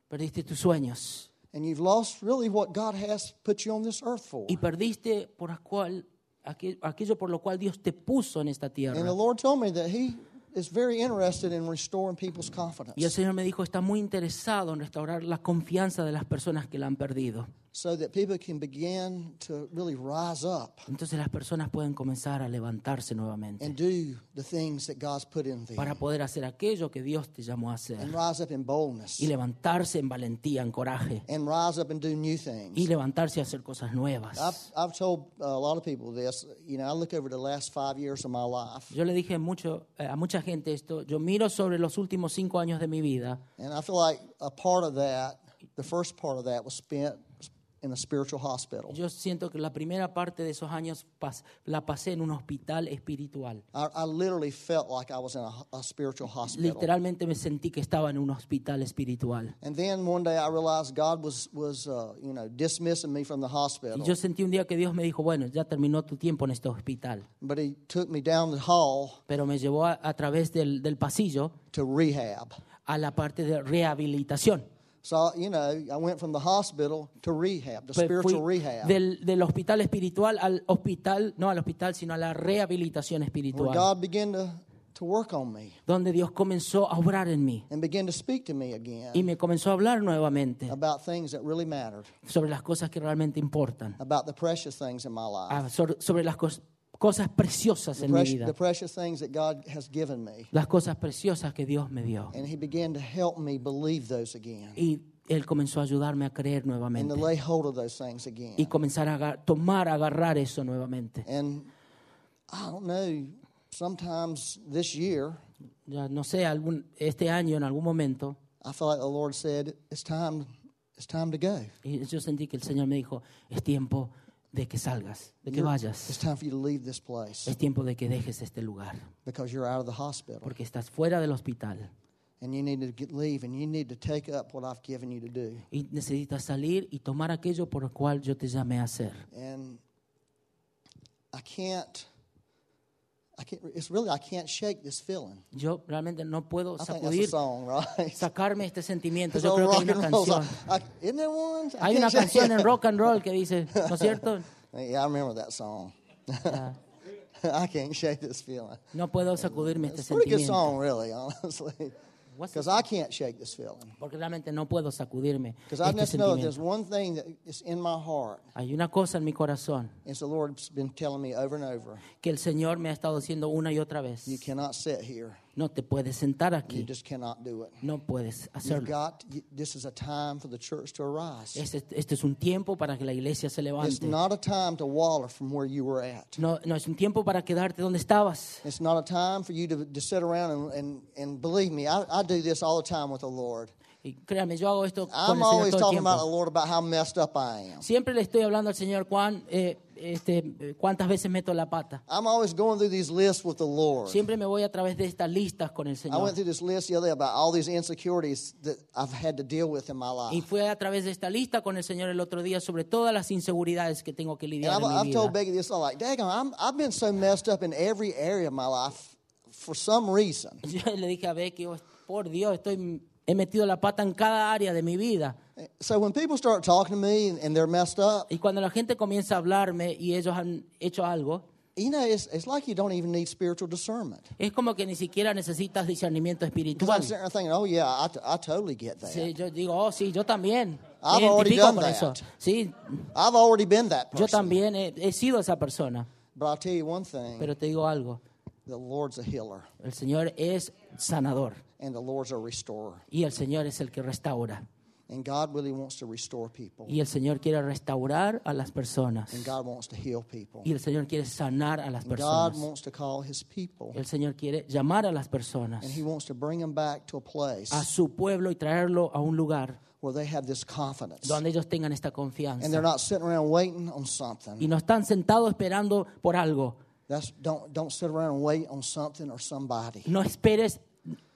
S2: perdiste tus sueños
S1: and you've lost really what God has put you on this earth for.
S2: y perdiste por la cual, aquel- aquello por lo cual Dios te puso en esta
S1: And the
S2: tierra.
S1: Lord told me that He is very interested in restoring people's confidence.
S2: Y el Señor me dijo, está muy interesado en restaurar la confianza de las personas que la han perdido.
S1: so that people can begin to really rise up
S2: Entonces las personas pueden comenzar a levantarse nuevamente
S1: and do the things that God's put in
S2: para
S1: them
S2: poder hacer aquello que Dios te llamó a hacer.
S1: and rise up in boldness
S2: Y levantarse en valentía, en coraje.
S1: and rise up and do new
S2: Y
S1: things.
S2: levantarse a hacer cosas
S1: I've,
S2: nuevas.
S1: I've told uh, a lot of people this. You know, I look over the last five years of my life
S2: Yo le dije mucho, eh, a mucha gente esto. Yo miro sobre los últimos cinco años de mi vida
S1: and I feel like a part of that, the first part of that was spent in a spiritual hospital.
S2: Yo siento que la primera parte de esos años pas- la pasé en un hospital espiritual.
S1: I, I literally felt like I was in a, a spiritual hospital.
S2: Literalmente me sentí que estaba en un hospital espiritual.
S1: And then one day I realized God was, was uh, you know, dismissing me from the
S2: Y
S1: hospital.
S2: yo sentí un día que Dios me dijo, bueno, ya terminó tu tiempo en este hospital,
S1: But he took me down the hall
S2: pero me llevó a, a través del, del pasillo
S1: to rehab.
S2: a la parte de rehabilitación.
S1: So, you know, I went from the hospital to rehab, to
S2: Fue-
S1: spiritual
S2: fui
S1: rehab,
S2: del, del hospital espiritual al hospital, no al hospital, sino a la rehabilitación
S1: where
S2: espiritual,
S1: God began to, to work on me
S2: donde Dios comenzó a obrar en mí
S1: and began to speak to me again
S2: y me comenzó a hablar nuevamente
S1: about things that really mattered,
S2: sobre las cosas que realmente importan.
S1: about the precious things in my life,
S2: Ah, sor- sobre las cos- cosas preciosas en mi
S1: precious-
S2: vida,
S1: the precious things that God has given me.
S2: las cosas preciosas que Dios me dio.
S1: And he began to help me believe those again
S2: Y Él comenzó a ayudarme a creer
S1: and to
S2: nuevamente
S1: lay hold of those things again.
S2: y comenzar a aga- tomar, a agarrar eso nuevamente.
S1: And I don't know, sometimes this year,
S2: Ya no sé, algún, este año en algún momento,
S1: I feel like the Lord said, it's time, it's time to go.
S2: y yo sentí que el Señor me dijo, es tiempo de que salgas, de que
S1: It's
S2: vayas,
S1: time for you to leave this place
S2: es tiempo de que dejes este lugar,
S1: because you're out of the hospital
S2: porque estás fuera del hospital
S1: and you need to get, leave and you need to take up what I've given you to do.
S2: y necesitas salir y tomar aquello por lo cual yo te llamé a hacer.
S1: And I can't, I can't, it's really, I can't shake this feeling.
S2: Yo realmente no puedo
S1: I think that's a
S2: sacudir
S1: song, right?
S2: sacarme este sentimiento.
S1: It's
S2: Yo
S1: old
S2: creo que hay
S1: rock
S2: una
S1: and roll.
S2: canción.
S1: I, I, isn't there one? I
S2: Hay una
S1: can't shake
S2: canción en rock and roll que dice, ¿no es cierto?
S1: it. Yeah, I remember that song.
S2: Ah,
S1: I can't shake this feeling.
S2: No puedo sacudirme este
S1: It's a pretty good
S2: sentimiento.
S1: song, really, honestly.
S2: What's
S1: because I can't shake this feeling.
S2: Porque realmente no puedo sacudirme.
S1: Because I
S2: este
S1: just know that
S2: sentimiento.
S1: there's one thing that is in my heart.
S2: Hay una cosa en mi corazón
S1: It's the Lord's been telling me over and over.
S2: que el Señor me ha estado diciendo una y otra vez.
S1: You cannot sit here.
S2: No te puedes sentar
S1: You
S2: aquí.
S1: just cannot do it.
S2: No puedes
S1: You've
S2: hacerlo.
S1: got. You, this is a time for the church to arise.
S2: Este, este es un tiempo para que la iglesia se
S1: It's
S2: levante.
S1: not a time to waller from where you were at.
S2: No, no es un tiempo para quedarte donde estabas.
S1: It's not a time for you to, to sit around and, and, and believe me, I, I do this all the time with the Lord.
S2: Y créame, yo hago esto con
S1: I'm
S2: el Señor
S1: always
S2: todo el
S1: talking about the
S2: tiempo.
S1: Lord about how messed up I am.
S2: Siempre le estoy hablando al Señor cuán, eh, este, eh, cuántas veces meto la pata.
S1: I'm always going through these lists with the Lord.
S2: Siempre me voy a través de estas listas con el
S1: I
S2: Señor.
S1: went through this list the other day about all these insecurities that I've had to deal with in my
S2: Y
S1: life.
S2: fue a través de esta lista con el Señor el otro día sobre todas las inseguridades que tengo que
S1: And
S2: lidiar
S1: I've,
S2: en mi
S1: I've
S2: vida.
S1: told Becky this, I'm like, daggone, I'm, I've been so messed up in every area of my life for some reason.
S2: Yo le dije a Becky, "Oh, por Dios, estoy, he metido la pata en cada área de mi vida.
S1: So when people start talking to me and, and they're messed up,
S2: Y cuando la gente comienza a hablarme y ellos han hecho algo,
S1: you know, it's, it's like you don't even need spiritual discernment.
S2: es como que ni siquiera necesitas discernimiento
S1: Because I'm
S2: espiritual.
S1: sitting there thinking, oh, yeah, I, t- I totally get that.
S2: Sí, yo digo, oh, sí, yo también.
S1: I've
S2: Me identifico
S1: already done
S2: con
S1: that.
S2: eso. Sí,
S1: I've already been that
S2: yo
S1: person.
S2: también he, he sido esa persona.
S1: But I'll tell you one thing
S2: Pero te digo algo,
S1: the Lord's a healer,
S2: el Señor es sanador
S1: and the Lord's a restorer.
S2: y el Señor es el que restaura.
S1: And God really wants to restore people,
S2: Y el Señor quiere restaurar a las personas.
S1: and God wants to heal people.
S2: Y el Señor quiere sanar a las
S1: God
S2: personas.
S1: wants to call his people,
S2: El Señor quiere llamar a las personas
S1: and he wants to bring them back to a place
S2: a su pueblo y traerlo a un lugar
S1: where they have this confidence.
S2: donde ellos tengan esta
S1: And they're
S2: confianza.
S1: not sitting around waiting on
S2: Y
S1: something.
S2: no están sentados esperando por algo.
S1: That's, don't, don't sit around and wait on something or somebody.
S2: No esperes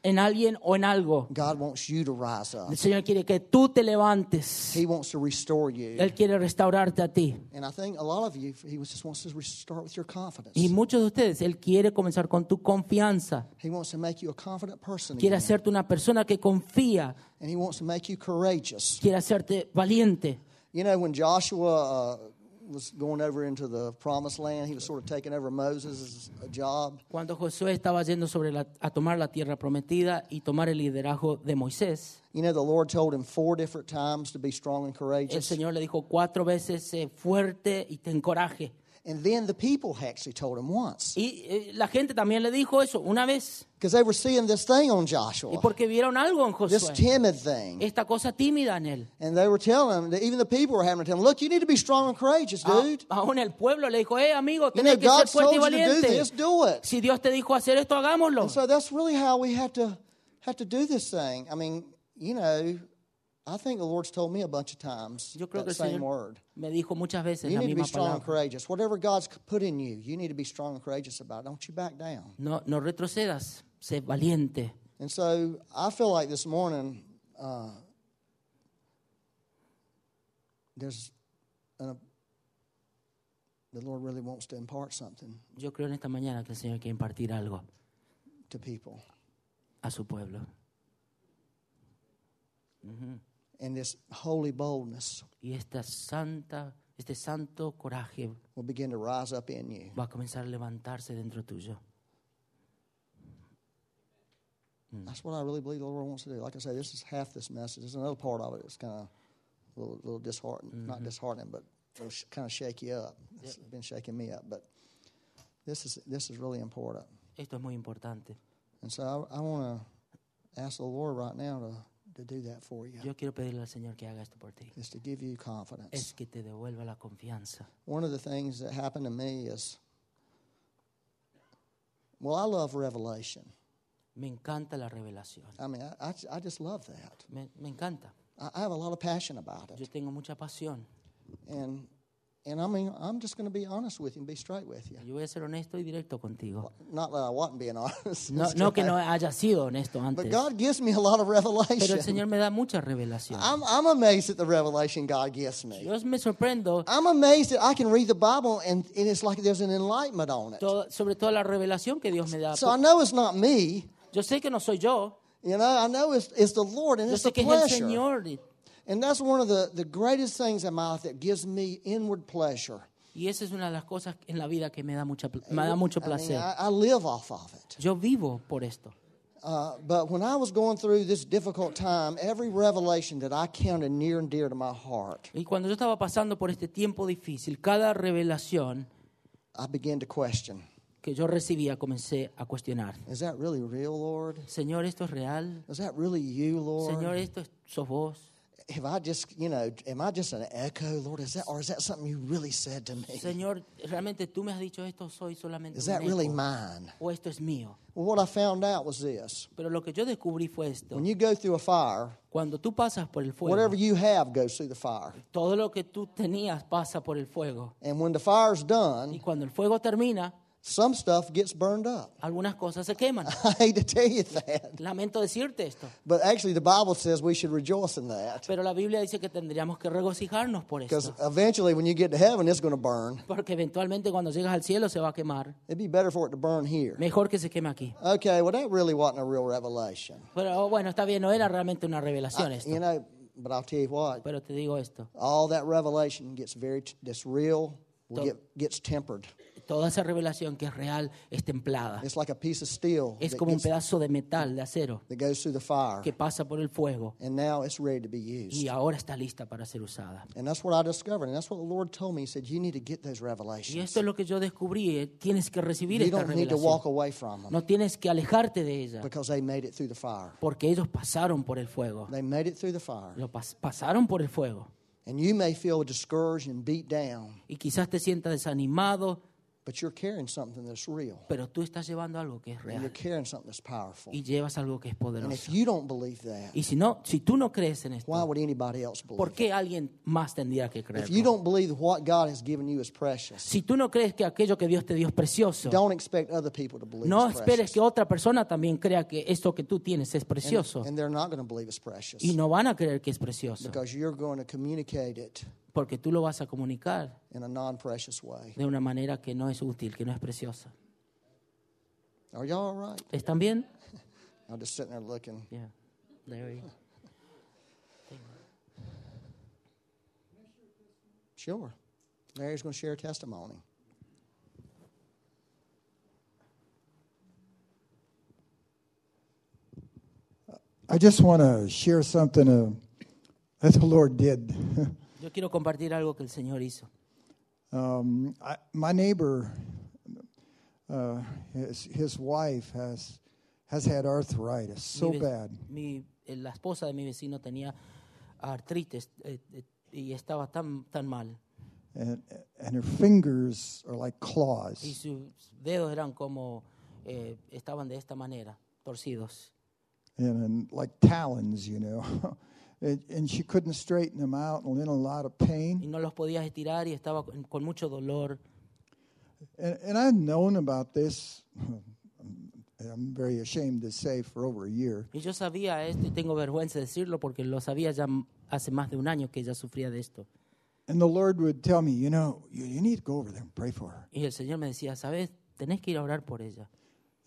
S2: en alguien o en algo.
S1: God wants you to rise up.
S2: El Señor quiere que tú te levantes.
S1: He wants to restore you.
S2: Él quiere restaurarte a ti.
S1: And I think a lot of you, he just wants to restart with your confidence.
S2: Y muchos de ustedes, Él quiere comenzar con tu confianza.
S1: He wants to make you a confident person.
S2: Quiere
S1: again.
S2: hacerte una persona que confía.
S1: and he wants to make you courageous.
S2: Quiere hacerte valiente.
S1: You know, when Joshua uh, was going over into the promised land, he was sort of taking over Moses' job.
S2: Cuando Josué estaba yendo sobre la- a tomar la tierra prometida y tomar el liderazgo de Moisés,
S1: You know, the Lord told him four different times to be strong and
S2: el
S1: courageous.
S2: Señor le dijo cuatro veces, "Sé fuerte y ten coraje.
S1: And then the people actually told him once
S2: Y eh, la gente también le dijo eso una vez,
S1: because they were seeing this thing on
S2: y
S1: Joshua,
S2: porque vieron algo en
S1: this
S2: Josué,
S1: timid thing.
S2: esta cosa tímida en él.
S1: And they were telling him, that even the people were having to tell him, look, you need to be strong and courageous,
S2: A-
S1: dude.
S2: Ah, aún el pueblo le dijo, eh, amigo,
S1: You Uh, know,
S2: tenés que ser
S1: God's
S2: fuerte
S1: told
S2: y
S1: you to do
S2: valiente.
S1: this, do it.
S2: Si Dios te dijo hacer esto, hagámoslo.
S1: And so that's really how we have to have to do this thing. I mean, you know, I think the Lord's told me a bunch of times
S2: Yo creo que
S1: that
S2: el
S1: same
S2: Señor
S1: word.
S2: me dijo muchas veces
S1: You
S2: la
S1: need to be
S2: misma
S1: strong and
S2: palabra.
S1: courageous. Whatever God's put in you, you need to be strong and courageous about. it. Don't you back down.
S2: No, no retrocedas, sé valiente.
S1: And so I feel like this morning uh, there's an, the Lord really wants to impart something
S2: Yo creo en esta mañana que el Señor quiere impartir algo
S1: to people,
S2: a su pueblo.
S1: and this holy boldness
S2: Y esta santa, este santo coraje
S1: will begin to rise up in you.
S2: va a comenzar a levantarse dentro tuyo.
S1: That's what I really believe the Lord wants to do. Like I say, this is half this message. There's another part of it that's kind of a little, little disheartening, not disheartening, but it'll sh- kind of shake you up. It's been shaking me up, but this is this is really important.
S2: Esto es muy importante.
S1: And so I, I want to ask the Lord right now to, to do that for you,
S2: Yo quiero pedirle al Señor que haga esto por ti.
S1: is to give you confidence.
S2: Es que te devuelva la confianza.
S1: One of the things that happened to me is, well, I love Revelation.
S2: Me encanta la revelación.
S1: I mean, I, I, j- I just love that.
S2: Me, me encanta.
S1: I, I have a lot of passion about it.
S2: Yo tengo mucha pasión.
S1: And and I mean, I'm just going to be honest with you and be straight with you.
S2: Yo voy a ser honesto y directo contigo.
S1: Not that I wasn't being honest.
S2: No, no que no haya sido honesto
S1: But
S2: antes.
S1: God gives me a lot of
S2: Pero el
S1: revelation.
S2: Señor me da mucha revelación.
S1: I'm, I'm amazed at the revelation God gives me.
S2: Yo me sorprendo
S1: I'm amazed that I can read the Bible and, and it's like there's an enlightenment on it.
S2: todo- sobre toda la revelación que Dios me da.
S1: So I know it's not me.
S2: Yo sé que no soy yo.
S1: You know, I know it's, it's the Lord and
S2: Yo
S1: it's the
S2: sé que es el
S1: pleasure.
S2: Señor. Y-
S1: And that's one of the, the greatest things in my life that gives me inward pleasure.
S2: Y esa es una de las cosas en la vida que me da, mucha, pl- me da mucho
S1: I mean,
S2: placer.
S1: I, I live off of it.
S2: Yo vivo por esto.
S1: Uh, but when I was going through this difficult time, every revelation that I counted near and dear to my heart,
S2: Y cuando yo estaba pasando por este tiempo difícil, cada revelación
S1: I began to question
S2: que yo recibía comencé a cuestionar.
S1: Is that really real, Lord?
S2: Señor, ¿esto es real?
S1: Is that really you, Lord?
S2: Señor, ¿esto es- sos vos?
S1: Have I just, you know, am I just an echo, Lord? Is that, or is that something you really said to me?
S2: Señor, ¿realmente tú me has dicho esto soy solamente
S1: Is
S2: un
S1: that really
S2: eco?
S1: mine?
S2: ¿O esto es mío?
S1: Well, what I found out was this
S2: Pero lo que yo descubrí fue esto.
S1: when you go through a fire,
S2: Cuando tú pasas por el fuego,
S1: whatever you have goes through the fire.
S2: todo lo que tú tenías pasa por el fuego.
S1: And when the fire's
S2: Y
S1: done,
S2: cuando el fuego termina,
S1: some stuff gets burned up.
S2: algunas cosas se queman.
S1: I hate to tell you that.
S2: Lamento decirte esto,
S1: But actually, the Bible says we should rejoice in that.
S2: pero la Biblia dice que tendríamos que regocijarnos por
S1: Because
S2: esto.
S1: eventually, when you get to heaven, it's going to burn.
S2: Porque eventualmente cuando llegas al cielo se va a quemar.
S1: It'd be better for it to burn here.
S2: Mejor que se queme aquí.
S1: Okay, well, that really wasn't a real revelation.
S2: Pero oh, bueno, está bien, no era realmente una revelación esto.
S1: Ah, You know, but I'll tell you what,
S2: Pero te digo esto,
S1: all that revelation gets very, t- that's real, will
S2: Todo.
S1: get, gets tempered.
S2: toda esa revelación que es real es templada.
S1: It's like a piece of steel
S2: Es
S1: that,
S2: como un
S1: gets-
S2: pedazo de metal, de acero,
S1: that goes through the fire,
S2: que pasa por el fuego
S1: and now it's ready to be used.
S2: y ahora está lista para ser usada.
S1: And that's what I discovered. And that's what the Lord told me. He said, You need to get those
S2: Y
S1: revelations.
S2: esto es lo que yo descubrí. eh, Tienes que recibir
S1: You
S2: esta
S1: don't need to walk Pues
S2: revelación.
S1: away from them
S2: No tienes que alejarte de ella,
S1: because they made it through the fire.
S2: porque ellos pasaron por el fuego.
S1: They made it through the fire.
S2: Lo pas- pasaron por el fuego.
S1: And you may feel discouraged and beat down,
S2: Y quizás te sientas desanimado,
S1: but you're carrying something that's real.
S2: pero tú estás llevando algo que es
S1: And you're
S2: real
S1: carrying something that's powerful.
S2: y llevas algo que es
S1: And
S2: poderoso.
S1: if you don't believe that,
S2: Y si no, si tú no crees en
S1: why
S2: esto,
S1: would anybody else believe
S2: ¿por
S1: it?
S2: qué alguien más tendría que
S1: If you
S2: creerlo?
S1: don't believe what God has given you is precious,
S2: Si tú no crees que aquello que Dios te dio es precioso,
S1: don't expect other people to believe
S2: no
S1: it's
S2: esperes
S1: precious.
S2: que otra persona también crea que esto que tú tienes es precioso.
S1: And they're not going to believe it's precious
S2: Y no van a creer que es precioso,
S1: because you're going to communicate it
S2: porque tú lo vas a comunicar
S1: in a non precious way.
S2: de una manera que no es útil, que no es preciosa.
S1: Are y'all all right?
S2: ¿Están bien?
S1: I'm just sitting there looking.
S2: Yeah. There you-
S1: Sure. Larry's going to share a testimony.
S3: I just want to share something uh, that the Lord did.
S2: Yo quiero compartir algo que el Señor hizo.
S3: um, I, my neighbor, uh, his, his wife has has had arthritis so
S2: Mi ve-
S3: bad.
S2: mi- eh, la esposa de mi vecino tenía artritis eh, eh, y estaba tan, tan mal.
S3: and and her fingers are like
S2: Y
S3: claws.
S2: sus dedos eran como, eh, estaban de esta manera, torcidos.
S3: and, and like talons, you know. and, and she couldn't straighten them out and in a lot of
S2: Y
S3: pain.
S2: no los podías estirar y estaba con, con mucho dolor.
S3: And, and I've known about this, and I'm very ashamed to say, for over a year.
S2: Y yo sabía esto y tengo vergüenza de decirlo porque lo sabía ya m- hace más de un año que ella sufría de esto.
S3: And the Lord would tell me, you know, you, you need to go over there and pray for her.
S2: Y el Señor me decía, ¿sabes? Tenés que ir a orar por ella.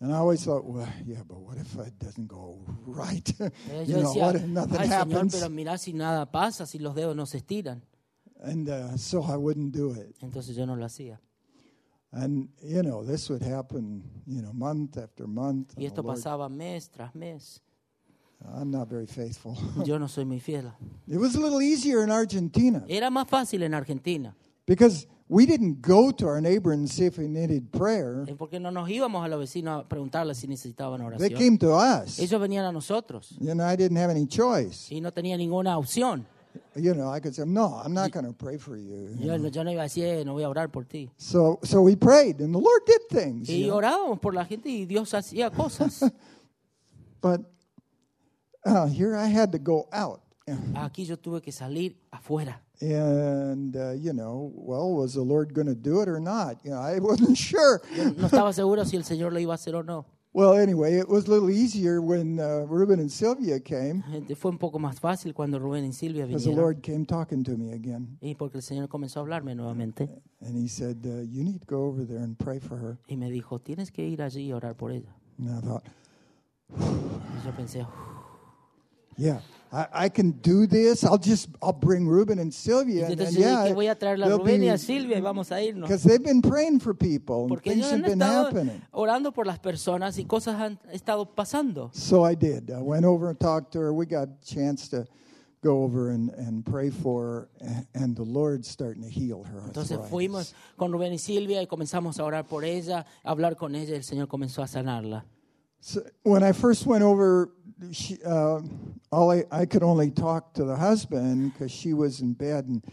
S3: And I always thought, well, yeah, but what if it doesn't go right?
S2: Eh,
S3: you
S2: Yo
S3: know,
S2: decía,
S3: what if nothing
S2: ay Señor,
S3: happens?
S2: pero mirá si nada pasa, si los dedos no se estiran.
S3: And uh, so I wouldn't do it.
S2: Entonces yo no lo hacía.
S3: And, you know, this would happen, you know, month after month.
S2: Y
S3: And the
S2: esto
S3: Lord,
S2: pasaba mes tras mes.
S3: I'm not very faithful.
S2: Yo no soy muy fiel.
S3: It was a little easier in Argentina
S2: Era más fácil en Argentina,
S3: because we didn't go to our neighbor and see if he needed prayer.
S2: eh, porque no nos íbamos a los vecinos a preguntarles si necesitaban
S3: They
S2: oración.
S3: came to us.
S2: Ellos venían a nosotros
S3: You know, I didn't have any choice.
S2: y no tenía ninguna opción.
S3: You know, I could say, "No, I'm not going to pray for you."
S2: Yo, yo no iba a decir, "Eh, no voy a orar por ti.
S3: So, so we prayed, and the Lord did things. you
S2: Y
S3: know.
S2: orábamos por la gente y Dios hacía cosas.
S3: But uh, here I had to go out,
S2: Aquí yo tuve que salir afuera.
S3: and uh, you know, well, was the Lord going to do it or not? You know, I wasn't sure.
S2: No estaba seguro si el Señor lo iba a hacer o no.
S3: Well, anyway, it was a little easier when uh, Reuben and Sylvia came,
S2: Gente, Fue un poco más fácil cuando Rubén y Silvia
S3: because the
S2: vinieron.
S3: Lord came talking to me again.
S2: Y porque el Señor comenzó a hablarme nuevamente
S3: And he said, uh, You need to go over there and pray for her.
S2: y me dijo, tienes que ir allí y orar por ella.
S3: And I thought,
S2: Y yo pensé, "Uf,
S3: Yeah. I, I can do this. I'll just I'll bring Ruben and Sylvia.
S2: Y
S3: And,
S2: entonces
S3: and
S2: yo
S3: yeah,
S2: dije, voy a traer a
S3: they'll
S2: Rubén y a
S3: be-
S2: Silvia y vamos a irnos.
S3: Because they've been praying for people and
S2: Porque
S3: things
S2: ellos
S3: have
S2: han
S3: been
S2: estado
S3: happening.
S2: orando por las personas y cosas han estado pasando.
S3: So I did. I went over and talked to her. We got a chance to go over and, and pray for her, a- and the Lord's starting to heal her.
S2: Entonces
S3: arthritis.
S2: fuimos con Rubén y Silvia y comenzamos a orar por ella, a hablar con ella y el Señor comenzó a sanarla.
S3: So when I first went over, she, uh, all I, I could only talk to the husband because she was in bed and,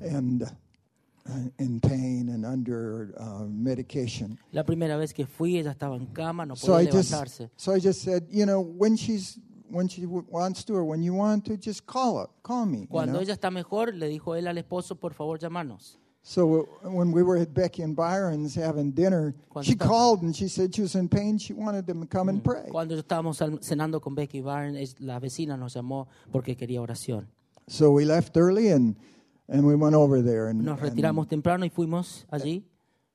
S3: and uh, in pain and under uh, medication.
S2: La primera vez que fui ella estaba en cama, no
S3: So
S2: podía
S3: I just,
S2: levantarse.
S3: so I just said, you know, when she's when she w- wants to or when you want to, just call it, call me. you
S2: Cuando
S3: know?
S2: ella está mejor, le dijo él al esposo, por favor, llamarnos.
S3: So when we were at Becky and Byron's having dinner,
S2: Cuando
S3: she
S2: está-
S3: called and she said she was in pain. She wanted them to come and pray.
S2: Cuando estábamos al- cenando con Becky Barnes, es- la vecina nos llamó porque quería oración.
S3: So we left early and and we went over there and
S2: Nos
S3: and,
S2: retiramos temprano y fuimos allí.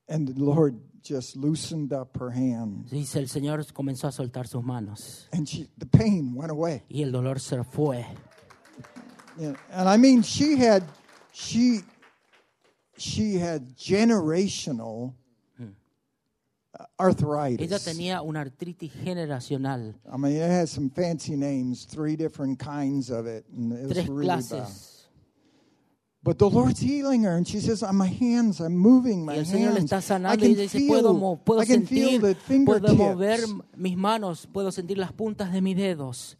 S3: and the Lord just loosened up her hand
S2: Dice el Señor comenzó a soltar sus manos
S3: and she the pain went away.
S2: y el dolor se fue.
S3: Yeah, And I mean, she had she she had generational
S2: Ella
S3: arthritis.
S2: tenía una artritis generacional,
S3: I mean, it had some fancy names, three different kinds of it, and it was
S2: tres
S3: really bad.
S2: clases.
S3: But the Lord's healing her, and she says, "On my hands, I'm moving my
S2: Y el
S3: hands.
S2: Señor le está
S3: I
S2: sanando y
S3: can
S2: ella dice,
S3: feel,
S2: puedo, mo- puedo
S3: I can feel
S2: sentir,
S3: the
S2: puedo mover
S3: fingertips."
S2: mis manos, puedo sentir las puntas de mis dedos.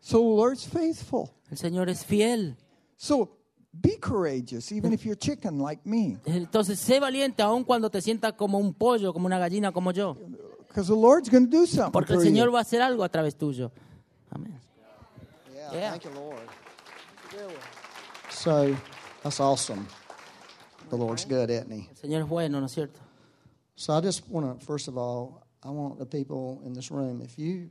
S3: So the Lord's faithful.
S2: El Señor es fiel.
S3: So be courageous, even if you're chicken like me,
S2: Entonces, sé valiente aun cuando te sientas como un pollo, como una gallina, como yo.
S3: because the Lord's going to do something
S2: Porque el
S3: for
S2: Señor
S3: you.
S2: va a hacer algo a través tuyo. Amén.
S1: Yeah,
S2: Yeah.
S1: thank you, Lord. So that's awesome. The Lord's good, isn't He?
S2: El Señor es bueno, ¿no es cierto?
S1: So I just want to, first of all, I want the people in this room, if you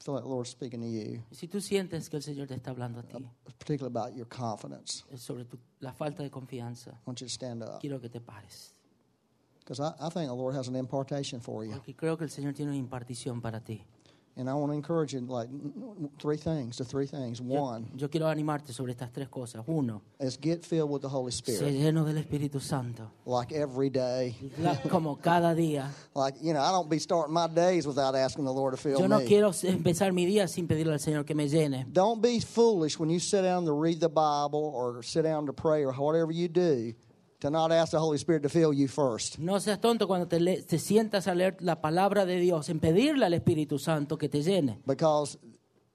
S1: feel like the Lord's speaking to you,
S2: Si tú sientes que el Señor te está hablando a ti,
S1: particularly about your confidence,
S2: es sobre tu- la falta de confianza,
S1: I want you to stand up.
S2: quiero que te pares.
S1: Because I, I think the Lord has an impartation for you.
S2: Porque creo que el Señor tiene una impartición para ti.
S1: And I want to encourage you, like, n- n- three things, to three things.
S2: Yo,
S1: One
S2: yo quiero animarte sobre estas tres cosas. Uno,
S1: is get filled with the Holy
S2: sé
S1: Spirit,
S2: lleno del Espíritu Santo.
S1: like every day.
S2: La- como cada día.
S1: Like, you know, I don't be starting my days without asking the Lord to fill
S2: Yo no
S1: me.
S2: quiero empezar mi día sin pedirle al Señor que me llene.
S1: Don't be foolish when you sit down to read the Bible or sit down to pray or whatever you do to not ask the Holy Spirit to fill you first.
S2: No seas tonto cuando te, le- te sientas a leer la palabra de Dios, en pedirle al Espíritu Santo que te llene,
S1: because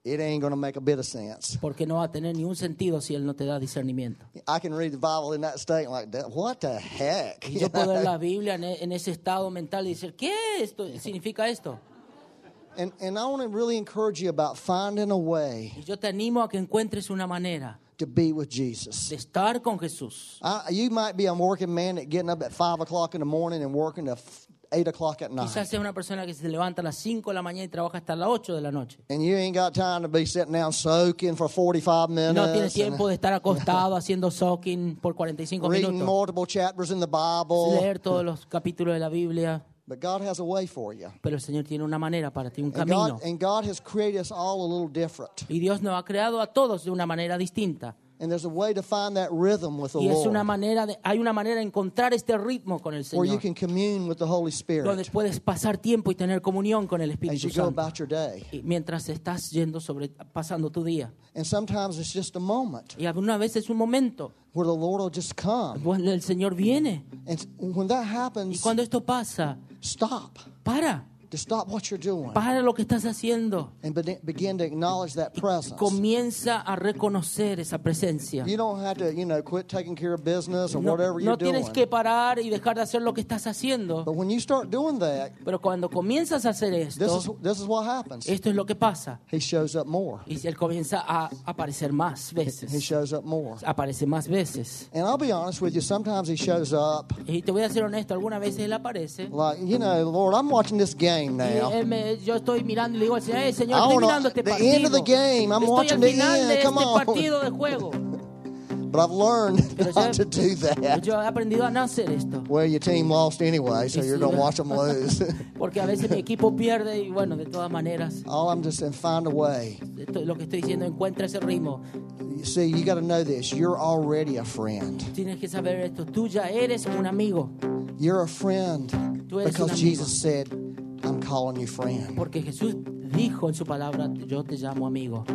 S1: it ain't going to make a bit of sense.
S2: porque no va a tener ningún sentido si Él no te da discernimiento.
S1: I can read the Bible in that state like that. What the heck?
S2: Y yo puedo leer la Biblia en, e- en ese estado mental y decir, ¿qué esto significa esto?
S1: and and I want to really encourage you about finding a way
S2: Y yo te animo a que encuentres una manera
S1: to be with
S2: de
S1: Jesus.
S2: estar con Jesús.
S1: I, you might be a working man that getting up at five o'clock in the morning and working to f- eight o'clock at
S2: Quizás
S1: night,
S2: seas una persona que se levanta a las 5 de la mañana y trabaja hasta las 8 de la noche.
S1: and you ain't got time to be sitting down soaking for forty-five minutes.
S2: No tienes
S1: and
S2: tiempo de estar acostado haciendo soaking por 45
S1: Reading
S2: minutos.
S1: multiple chapters in the Bible,
S2: Leer todos los capítulos de la Biblia.
S1: but God has a way for you.
S2: Pero el Señor tiene una manera para ti, un
S1: And
S2: camino.
S1: God, and God has created us all a little different.
S2: Y Dios nos ha creado a todos de una manera distinta.
S1: And there's a way to find that rhythm with the
S2: Y es
S1: Lord,
S2: una manera de, hay una manera de encontrar este ritmo con el
S1: where you
S2: Señor,
S1: can commune with the Holy
S2: donde
S1: Spirit
S2: puedes pasar tiempo y tener comunión con el
S1: as
S2: Espíritu
S1: you go
S2: Santo.
S1: about your day.
S2: Y mientras estás yendo sobre, pasando tu día.
S1: And sometimes it's just a moment
S2: Y alguna vez es un momento,
S1: where the Lord will just come.
S2: bueno, el Señor viene.
S1: And when that
S2: Y
S1: happens,
S2: cuando esto pasa,
S1: stop.
S2: para,
S1: Just stop what you're doing
S2: para lo que estás haciendo.
S1: and be- begin to acknowledge that presence.
S2: Comienza a reconocer esa presencia.
S1: You don't have to, you know, quit taking care of business or
S2: No,
S1: whatever
S2: no
S1: you're
S2: tienes que
S1: doing.
S2: parar y dejar de hacer lo que estás haciendo.
S1: But when you start doing that,
S2: Pero cuando comienzas a hacer
S1: this is,
S2: esto,
S1: this is what happens.
S2: esto es lo que pasa.
S1: He shows up more.
S2: Y él comienza a aparecer más
S1: He
S2: veces.
S1: shows up more.
S2: Aparece más veces.
S1: And I'll be honest with you, sometimes he shows up
S2: Y te voy a ser honesto, algunas veces él aparece.
S1: Like, you know, Lord, I'm watching this game
S2: Y
S1: now.
S2: él me- yo estoy mirando y le digo al Señor, "Eh, Señor,
S1: I
S2: estoy
S1: wanna-
S2: mirando este
S1: the
S2: partido.
S1: end of the game, I'm
S2: estoy
S1: watching
S2: al
S1: the
S2: final
S1: end,
S2: de
S1: come
S2: este
S1: on."
S2: partido de juego.
S1: But but I've learned
S2: Pero
S1: not
S2: yo-
S1: to do that.
S2: Yo he aprendido a no hacer esto.
S1: Well, your team lost anyway, so you're going to watch them lose.
S2: Porque a veces mi equipo pierde y bueno, de todas maneras,
S1: All I'm just saying, find a way.
S2: esto es lo que estoy diciendo, encuentra ese ritmo.
S1: You see, you got to know this. You're already a friend.
S2: Tienes que saber esto. Tú ya eres un amigo.
S1: You're a friend
S2: Tú eres un
S1: because
S2: amigo.
S1: Jesus said, I'm calling you friend.
S2: Porque Jesús dijo en su palabra, yo te llamo amigo.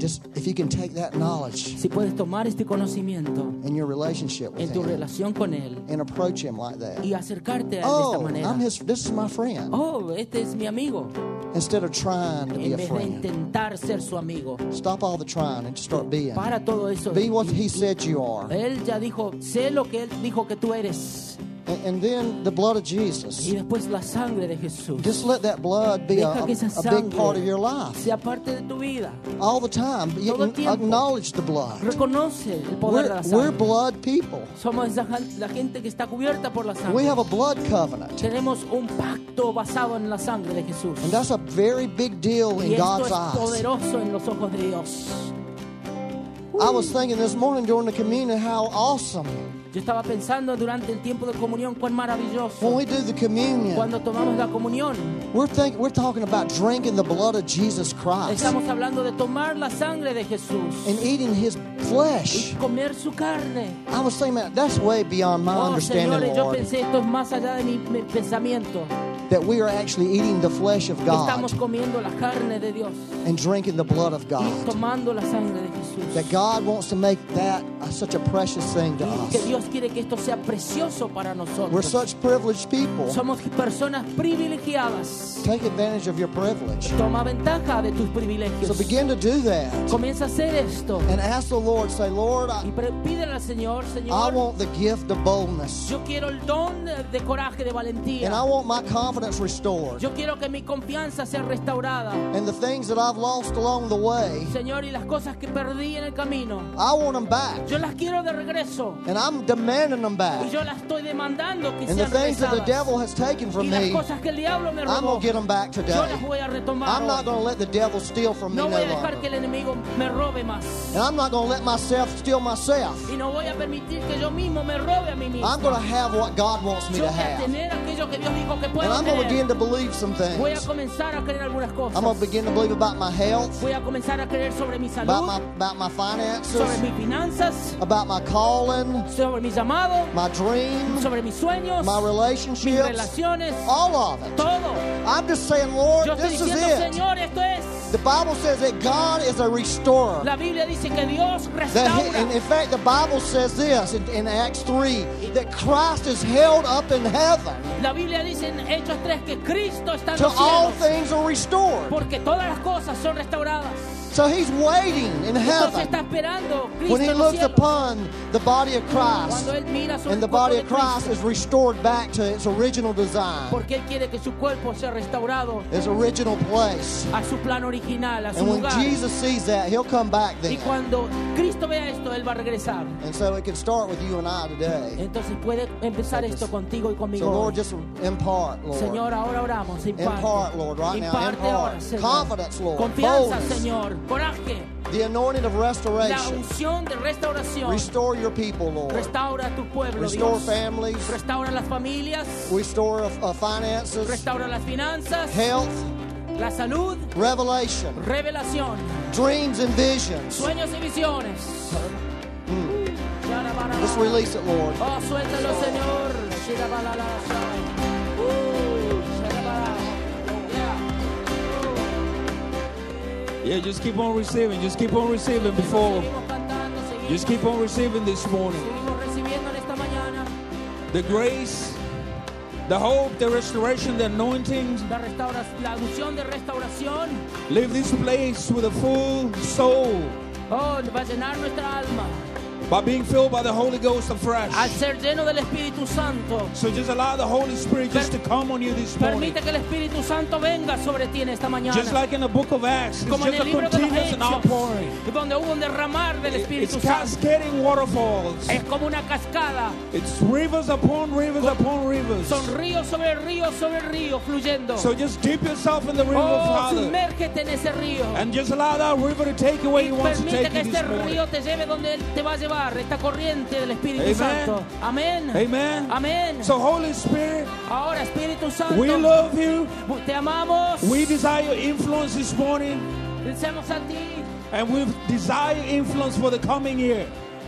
S1: Just if you can take that knowledge
S2: Si puedes tomar este conocimiento
S1: in your relationship with
S2: en tu
S1: Him
S2: relación con Él
S1: and approach Him like that.
S2: y acercarte a Él de esta
S1: Oh, I'm
S2: manera.
S1: his, this is my friend.
S2: Oh, este es mi amigo.
S1: Instead of trying to be
S2: En
S1: a
S2: vez de
S1: friend,
S2: intentar ser su amigo.
S1: stop all the trying and just start being.
S2: Para todo eso.
S1: Be what
S2: Y-
S1: He said you are.
S2: Él ya dijo, sé lo que Él dijo que tú eres.
S1: And, and then the blood of
S2: Y
S1: Jesus.
S2: después la sangre de Jesús.
S1: Just let that blood be a,
S2: Deja
S1: a-
S2: que esa
S1: a big part of
S2: sangre
S1: your life.
S2: sea parte de tu vida.
S1: All the time. You
S2: Todo el tiempo.
S1: acknowledge the blood.
S2: Reconoce el poder
S1: We're,
S2: de la
S1: we're
S2: sangre.
S1: blood people.
S2: Somos la, la gente que está cubierta por la
S1: We
S2: sangre.
S1: have a blood covenant.
S2: Tenemos un pacto basado en la sangre de Jesús.
S1: And that's a very big deal
S2: Y
S1: in
S2: esto
S1: God's
S2: es
S1: eyes.
S2: poderoso en los ojos de Dios.
S1: I was thinking this morning during the communion how awesome
S2: Yo estaba pensando durante el tiempo de comunión cuán
S1: when
S2: maravilloso.
S1: we do the communion,
S2: Cuando tomamos la comunión,
S1: we're think, we're talking about drinking the blood of Jesus Christ
S2: estamos hablando de tomar la sangre de Jesús
S1: and eating his
S2: y
S1: flesh.
S2: comer su carne.
S1: I was thinking that that's way beyond my
S2: Oh,
S1: understanding,
S2: señores, yo
S1: Lord,
S2: pensé esto es más allá de mi, mi pensamiento.
S1: that we are actually eating the flesh of God
S2: Estamos comiendo la carne de Dios
S1: and drinking the blood of
S2: y
S1: God.
S2: tomando la sangre de Jesús.
S1: Ah. That God wants to make that a- such a precious thing to
S2: Y que
S1: us.
S2: Dios quiere que esto sea precioso para
S1: We're
S2: nosotros.
S1: such privileged people.
S2: Somos personas privilegiadas.
S1: Take advantage of your privilege.
S2: Toma ventaja de tus
S1: So
S2: privilegios.
S1: begin to do that.
S2: Comienza a hacer esto.
S1: and ask the Lord, say, Lord,
S2: Y
S1: I,
S2: pre- pídele al Señor,
S1: I
S2: Señor,
S1: want the gift of boldness.
S2: yo quiero el don de coraje, de
S1: And I
S2: valentía.
S1: want my confidence restored.
S2: Yo quiero que mi confianza sea restaurada.
S1: And the things that I've lost along the way,
S2: Señor, y las cosas que perdí en el camino,
S1: I want them back.
S2: yo las quiero de regreso.
S1: And I'm demanding them
S2: Y
S1: back.
S2: yo las estoy demandando que
S1: And the
S2: sean
S1: things that the devil
S2: regresadas.
S1: has taken
S2: Y
S1: from
S2: las
S1: me,
S2: cosas que el diablo me
S1: I'm
S2: robó,
S1: going to get
S2: yo
S1: them back
S2: las
S1: today.
S2: voy a retomar.
S1: I'm not
S2: hoy.
S1: going to let the devil steal from me no
S2: No voy a dejar que
S1: longer.
S2: el enemigo me robe más.
S1: And I'm not going to let myself steal myself.
S2: Y no voy a permitir que yo mismo me robe a mí mismo.
S1: I'm going to have what God wants me
S2: Yo
S1: to
S2: voy a
S1: have.
S2: tener aquello que Dios dijo que
S1: And
S2: puedo
S1: I'm going to
S2: tener.
S1: begin to believe some
S2: Voy a
S1: things.
S2: comenzar a creer algunas
S1: I'm going to
S2: cosas.
S1: begin to believe about my health,
S2: Voy a comenzar a creer sobre mi
S1: about my,
S2: salud,
S1: about my
S2: sobre
S1: finances.
S2: mis finanzas,
S1: about my calling,
S2: sobre mi llamado,
S1: my dreams,
S2: sobre mis sueños,
S1: my
S2: mis
S1: relationships,
S2: relaciones,
S1: all of it.
S2: todo.
S1: I'm just saying, Lord,
S2: Yo estoy
S1: this is
S2: diciendo,
S1: it.
S2: Señor, esto es.
S1: The Bible says that God is a restorer.
S2: La Biblia dice que Dios
S1: That he- and
S2: restaura.
S1: in fact, the Bible says this in, in Acts 3 that Christ is held up in heaven
S2: La Biblia dice en Hechos 3 que Cristo está en
S1: till
S2: los
S1: all
S2: cielos.
S1: things are restored.
S2: Porque todas las cosas son restauradas.
S1: So he's waiting in
S2: Entonces
S1: heaven
S2: está esperando Cristo
S1: when he
S2: en los
S1: looks
S2: cielos.
S1: upon the body of
S2: Cuando
S1: Christ
S2: él mira sobre
S1: and
S2: el
S1: the
S2: cuerpo
S1: body
S2: de
S1: of Christ
S2: Cristo,
S1: is restored back to its original design,
S2: porque él quiere que su cuerpo sea restaurado
S1: its original place.
S2: a su plan original, a su
S1: And when
S2: lugar.
S1: Jesus sees that, he'll come back
S2: Y
S1: then.
S2: cuando Cristo vea esto, él va a regresar.
S1: And so it can start with you and I today.
S2: Entonces puede empezar esto contigo y
S1: So,
S2: conmigo.
S1: Lord, just impart, Lord.
S2: Señor, ahora oramos.
S1: Impart,
S2: Imparte,
S1: Lord, right now.
S2: Imparte ahora,
S1: Impart.
S2: Señor.
S1: Confidence, Lord.
S2: Confianza,
S1: Boldness.
S2: Señor. Coraje.
S1: The anointing of
S2: La
S1: restoration.
S2: unción de restauración.
S1: Restore your people, Lord.
S2: Restaura a tu pueblo,
S1: Restore
S2: Dios.
S1: families.
S2: Restaura las familias.
S1: Restore uh, finances,
S2: Restaura las finanzas.
S1: health,
S2: La salud.
S1: revelation,
S2: Revelación.
S1: dreams, and visions.
S2: Sueños y visiones.
S1: Mm.
S2: Yarabara.
S1: Just release it, Lord.
S2: Oh, suéltalo, Señor. Shirabala, la, sha. Uh, shirabala. Yeah.
S4: Yeah, just keep on receiving. Just keep on receiving before.
S2: Seguimos cantando, seguimos,
S4: Just keep on receiving this morning.
S2: seguimos recibiendo en esta mañana
S4: The grace, the hope, the restoration, the anointing.
S2: la, restaura, la unción de restauración.
S4: Leave this place with a full soul
S2: Oh, va a llenar nuestra alma
S4: by being filled by the Holy Ghost
S2: al
S4: afresh.
S2: ser lleno del Espíritu Santo.
S4: So just allow the Holy Spirit just to come on you this morning.
S2: Permite que el Espíritu Santo venga sobre ti en esta mañana.
S4: Just like in the book of Acts, it's
S2: como en el
S4: just a
S2: libro de los
S4: continuous outpouring.
S2: Hechos, donde hubo un derramar del
S4: It's
S2: Espíritu Santo. Eh.
S4: cascading waterfalls.
S2: Es como una cascada.
S4: It's rivers upon rivers upon rivers.
S2: Son río sobre río sobre río fluyendo.
S4: So just dip yourself in the river of
S2: Oh,
S4: Father.
S2: sumérgete en ese río.
S4: And just allow that river to take you where
S2: Y
S4: He wants to
S2: permite
S4: take
S2: que
S4: you
S2: este
S4: this morning.
S2: río te lleve donde Él te va a renovar esta corriente del Espíritu
S4: Amen.
S2: Santo. Amén.
S4: Amen.
S2: Amén.
S4: So, Holy Spirit,
S2: Ahora, Espíritu Santo,
S4: we love you.
S2: te amamos.
S4: We desire your influence this morning,
S2: Pensamos a ti.
S4: and we desire influence for the coming year.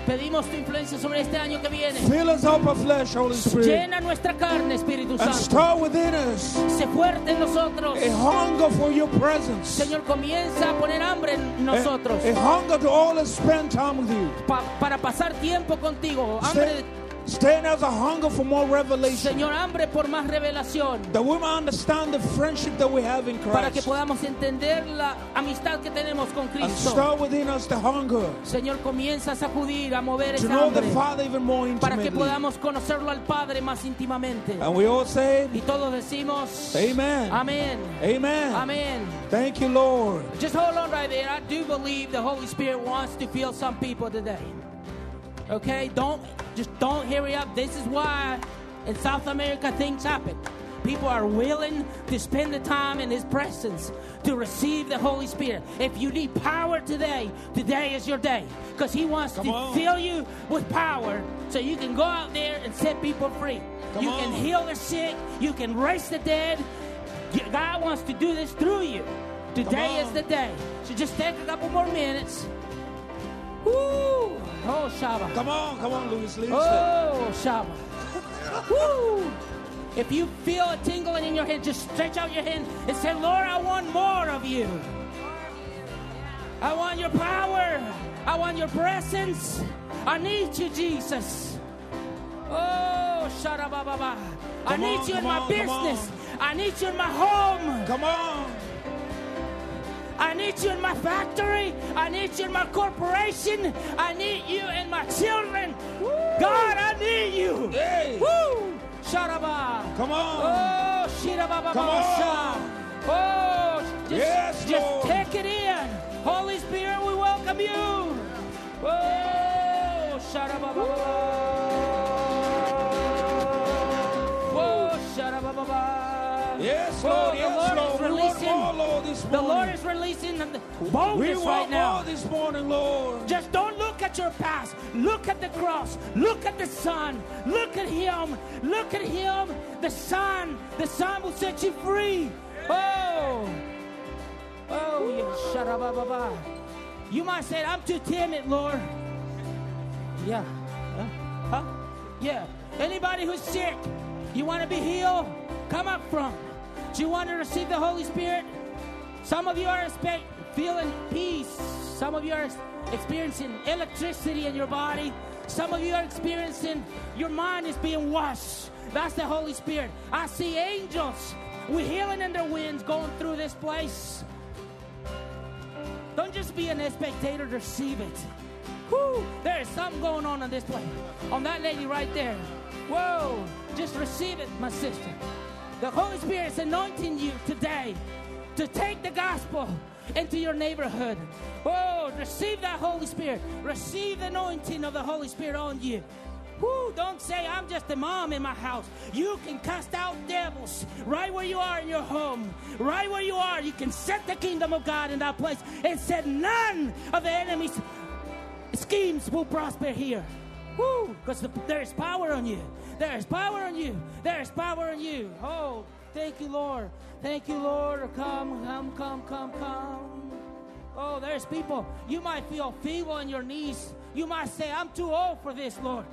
S2: Pedimos tu influencia sobre este año que viene.
S4: Fill us up with flesh, Holy Spirit,
S2: Llena nuestra carne, Espíritu
S4: and
S2: Santo.
S4: start within us
S2: Sé fuerte en nosotros.
S4: a hunger for your presence.
S2: Señor, comienza a poner hambre en
S4: A,
S2: nosotros
S4: a hunger to always spend time with you.
S2: pa- para pasar tiempo contigo. Hambre,
S4: Stay, stay in us a hunger for more revelation.
S2: Señor, hambre por más revelación.
S4: That we might understand the friendship that we have in
S2: Para que
S4: Christ.
S2: podamos entender la amistad que tenemos con
S4: And
S2: Cristo.
S4: start within us the hunger
S2: Señor, comienza a sacudir, a mover
S4: to
S2: esa
S4: know the
S2: hambre.
S4: Father even more
S2: Para que
S4: intimately.
S2: podamos conocerlo al Padre más íntimamente.
S4: And we all say,
S2: Y todos decimos,
S4: Amen.
S2: amén,
S4: Amen.
S2: amén.
S4: Thank you, Lord.
S2: Just hold on right there. I do believe the Holy Spirit wants to feel some people today. Okay, don't just don't hurry up. This is why in South America things happen. People are willing to spend the time in His presence to receive the Holy Spirit. If you need power today, today is your day because He wants
S4: Come
S2: to
S4: on.
S2: fill you with power so you can go out there and set people free.
S4: Come
S2: you
S4: on.
S2: can heal the sick, you can raise the dead. You- God wants to do this through you. Today
S4: on.
S2: is the day. So just take a couple more minutes. Woo! Oh, Shabbat.
S4: Come on, come on, Louis. Leave us
S2: Oh, Shama. Woo! If you feel a tingling in your hand, just stretch out your hand and say, Lord, I want more of you. I want your power. I want your presence. I need you, Jesus. Oh, Sharababa. I
S4: Come
S2: need
S4: on,
S2: you in
S4: come
S2: my
S4: on, come
S2: business. I need you in my home.
S4: Come on.
S2: I need you in my factory. I need you in my corporation. I need you in my children. God, I need you.
S4: Hey.
S2: Woo! Sharaba.
S4: Come on.
S2: Oh, Shirababa.
S4: Come on.
S2: Oh, just,
S4: Yes,
S2: just
S4: Lord.
S2: take it in. Holy Spirit, we welcome you. Oh, Sharababa. Oh, Sharababa.
S4: Yes,
S2: Oh,
S4: Lord.
S2: the
S4: Yes,
S2: Lord
S4: Lord.
S2: is
S4: We want
S2: releasing.
S4: more, Lord, this
S2: The Lord
S4: morning.
S2: is releasing the
S4: We
S2: boldness right
S4: want more
S2: now.
S4: this morning, Lord.
S2: Just don't look at your past. Look at the cross. Look at the Son. Look at Him. Look at Him. The Son. The Son will set you free. Oh. Oh, yeah. Sharabababa. You might say, I'm too timid, Lord. Yeah. Huh? Huh? Yeah. Anybody who's sick, you want to be healed? Come up front. Do you want to receive the Holy Spirit? Some of you are expe- feeling peace. Some of you are ex- experiencing electricity in your body. Some of you are experiencing your mind is being washed. That's the Holy Spirit. I see angels. We're healing in their winds going through this place. Don't just be an spectator, receive it. Whoo! There is something going on in this place. On that lady right there. Whoa! Just receive it, my sister. The Holy Spirit is anointing you today to take the gospel into your neighborhood. Whoa! Receive that Holy Spirit. Receive the anointing of the Holy Spirit on you. Woo, don't say I'm just a mom in my house. You can cast out devils right where you are in your home. Right where you are, you can set the kingdom of God in that place and said none of the enemies schemes will prosper here. Woo! Because there is power on you. There is power on you. There is power on you. Oh, thank you, Lord. Thank you, Lord. Come, come, come, come, come. Oh, there's people. You might feel feeble on your knees. You might say, I'm too old for this, Lord.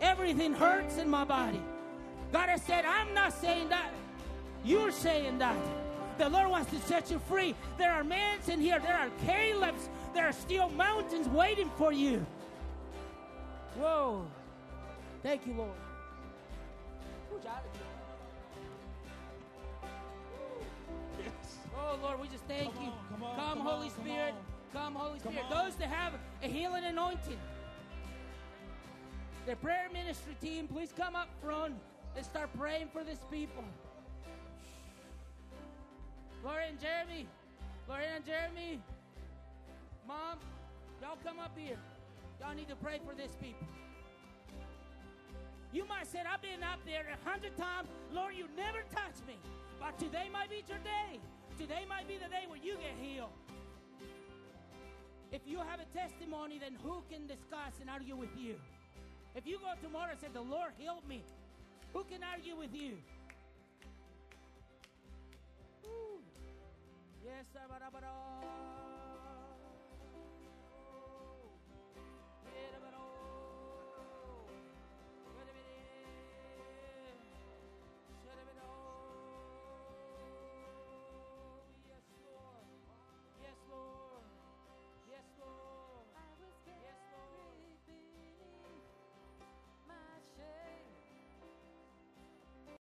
S2: Everything hurts in my body. God has said, I'm not saying that. You're saying that. The Lord wants to set you free. There are mans in here. There are Caleb's. There are still mountains waiting for you. Whoa. Thank you, Lord. Woo, John. Oh, Lord, we just thank
S4: Come
S2: you.
S4: on, come on,
S2: come,
S4: come
S2: Holy
S4: on, come
S2: Spirit. Come, Holy Spirit. Those that have a healing anointing. The prayer ministry team, please come up front and start praying for these people. Gloria and Jeremy, Gloria and Jeremy, Mom, y'all come up here. Y'all need to pray for these people. You might say, I've been up there a hundred times. Lord, you never touch me. But today might be your day. Today might be the day where you get healed. If you have a testimony, then who can discuss and argue with you? If you go tomorrow and say, The Lord healed me, who can argue with you? Woo. Yes, sir. Ba-da-ba-da.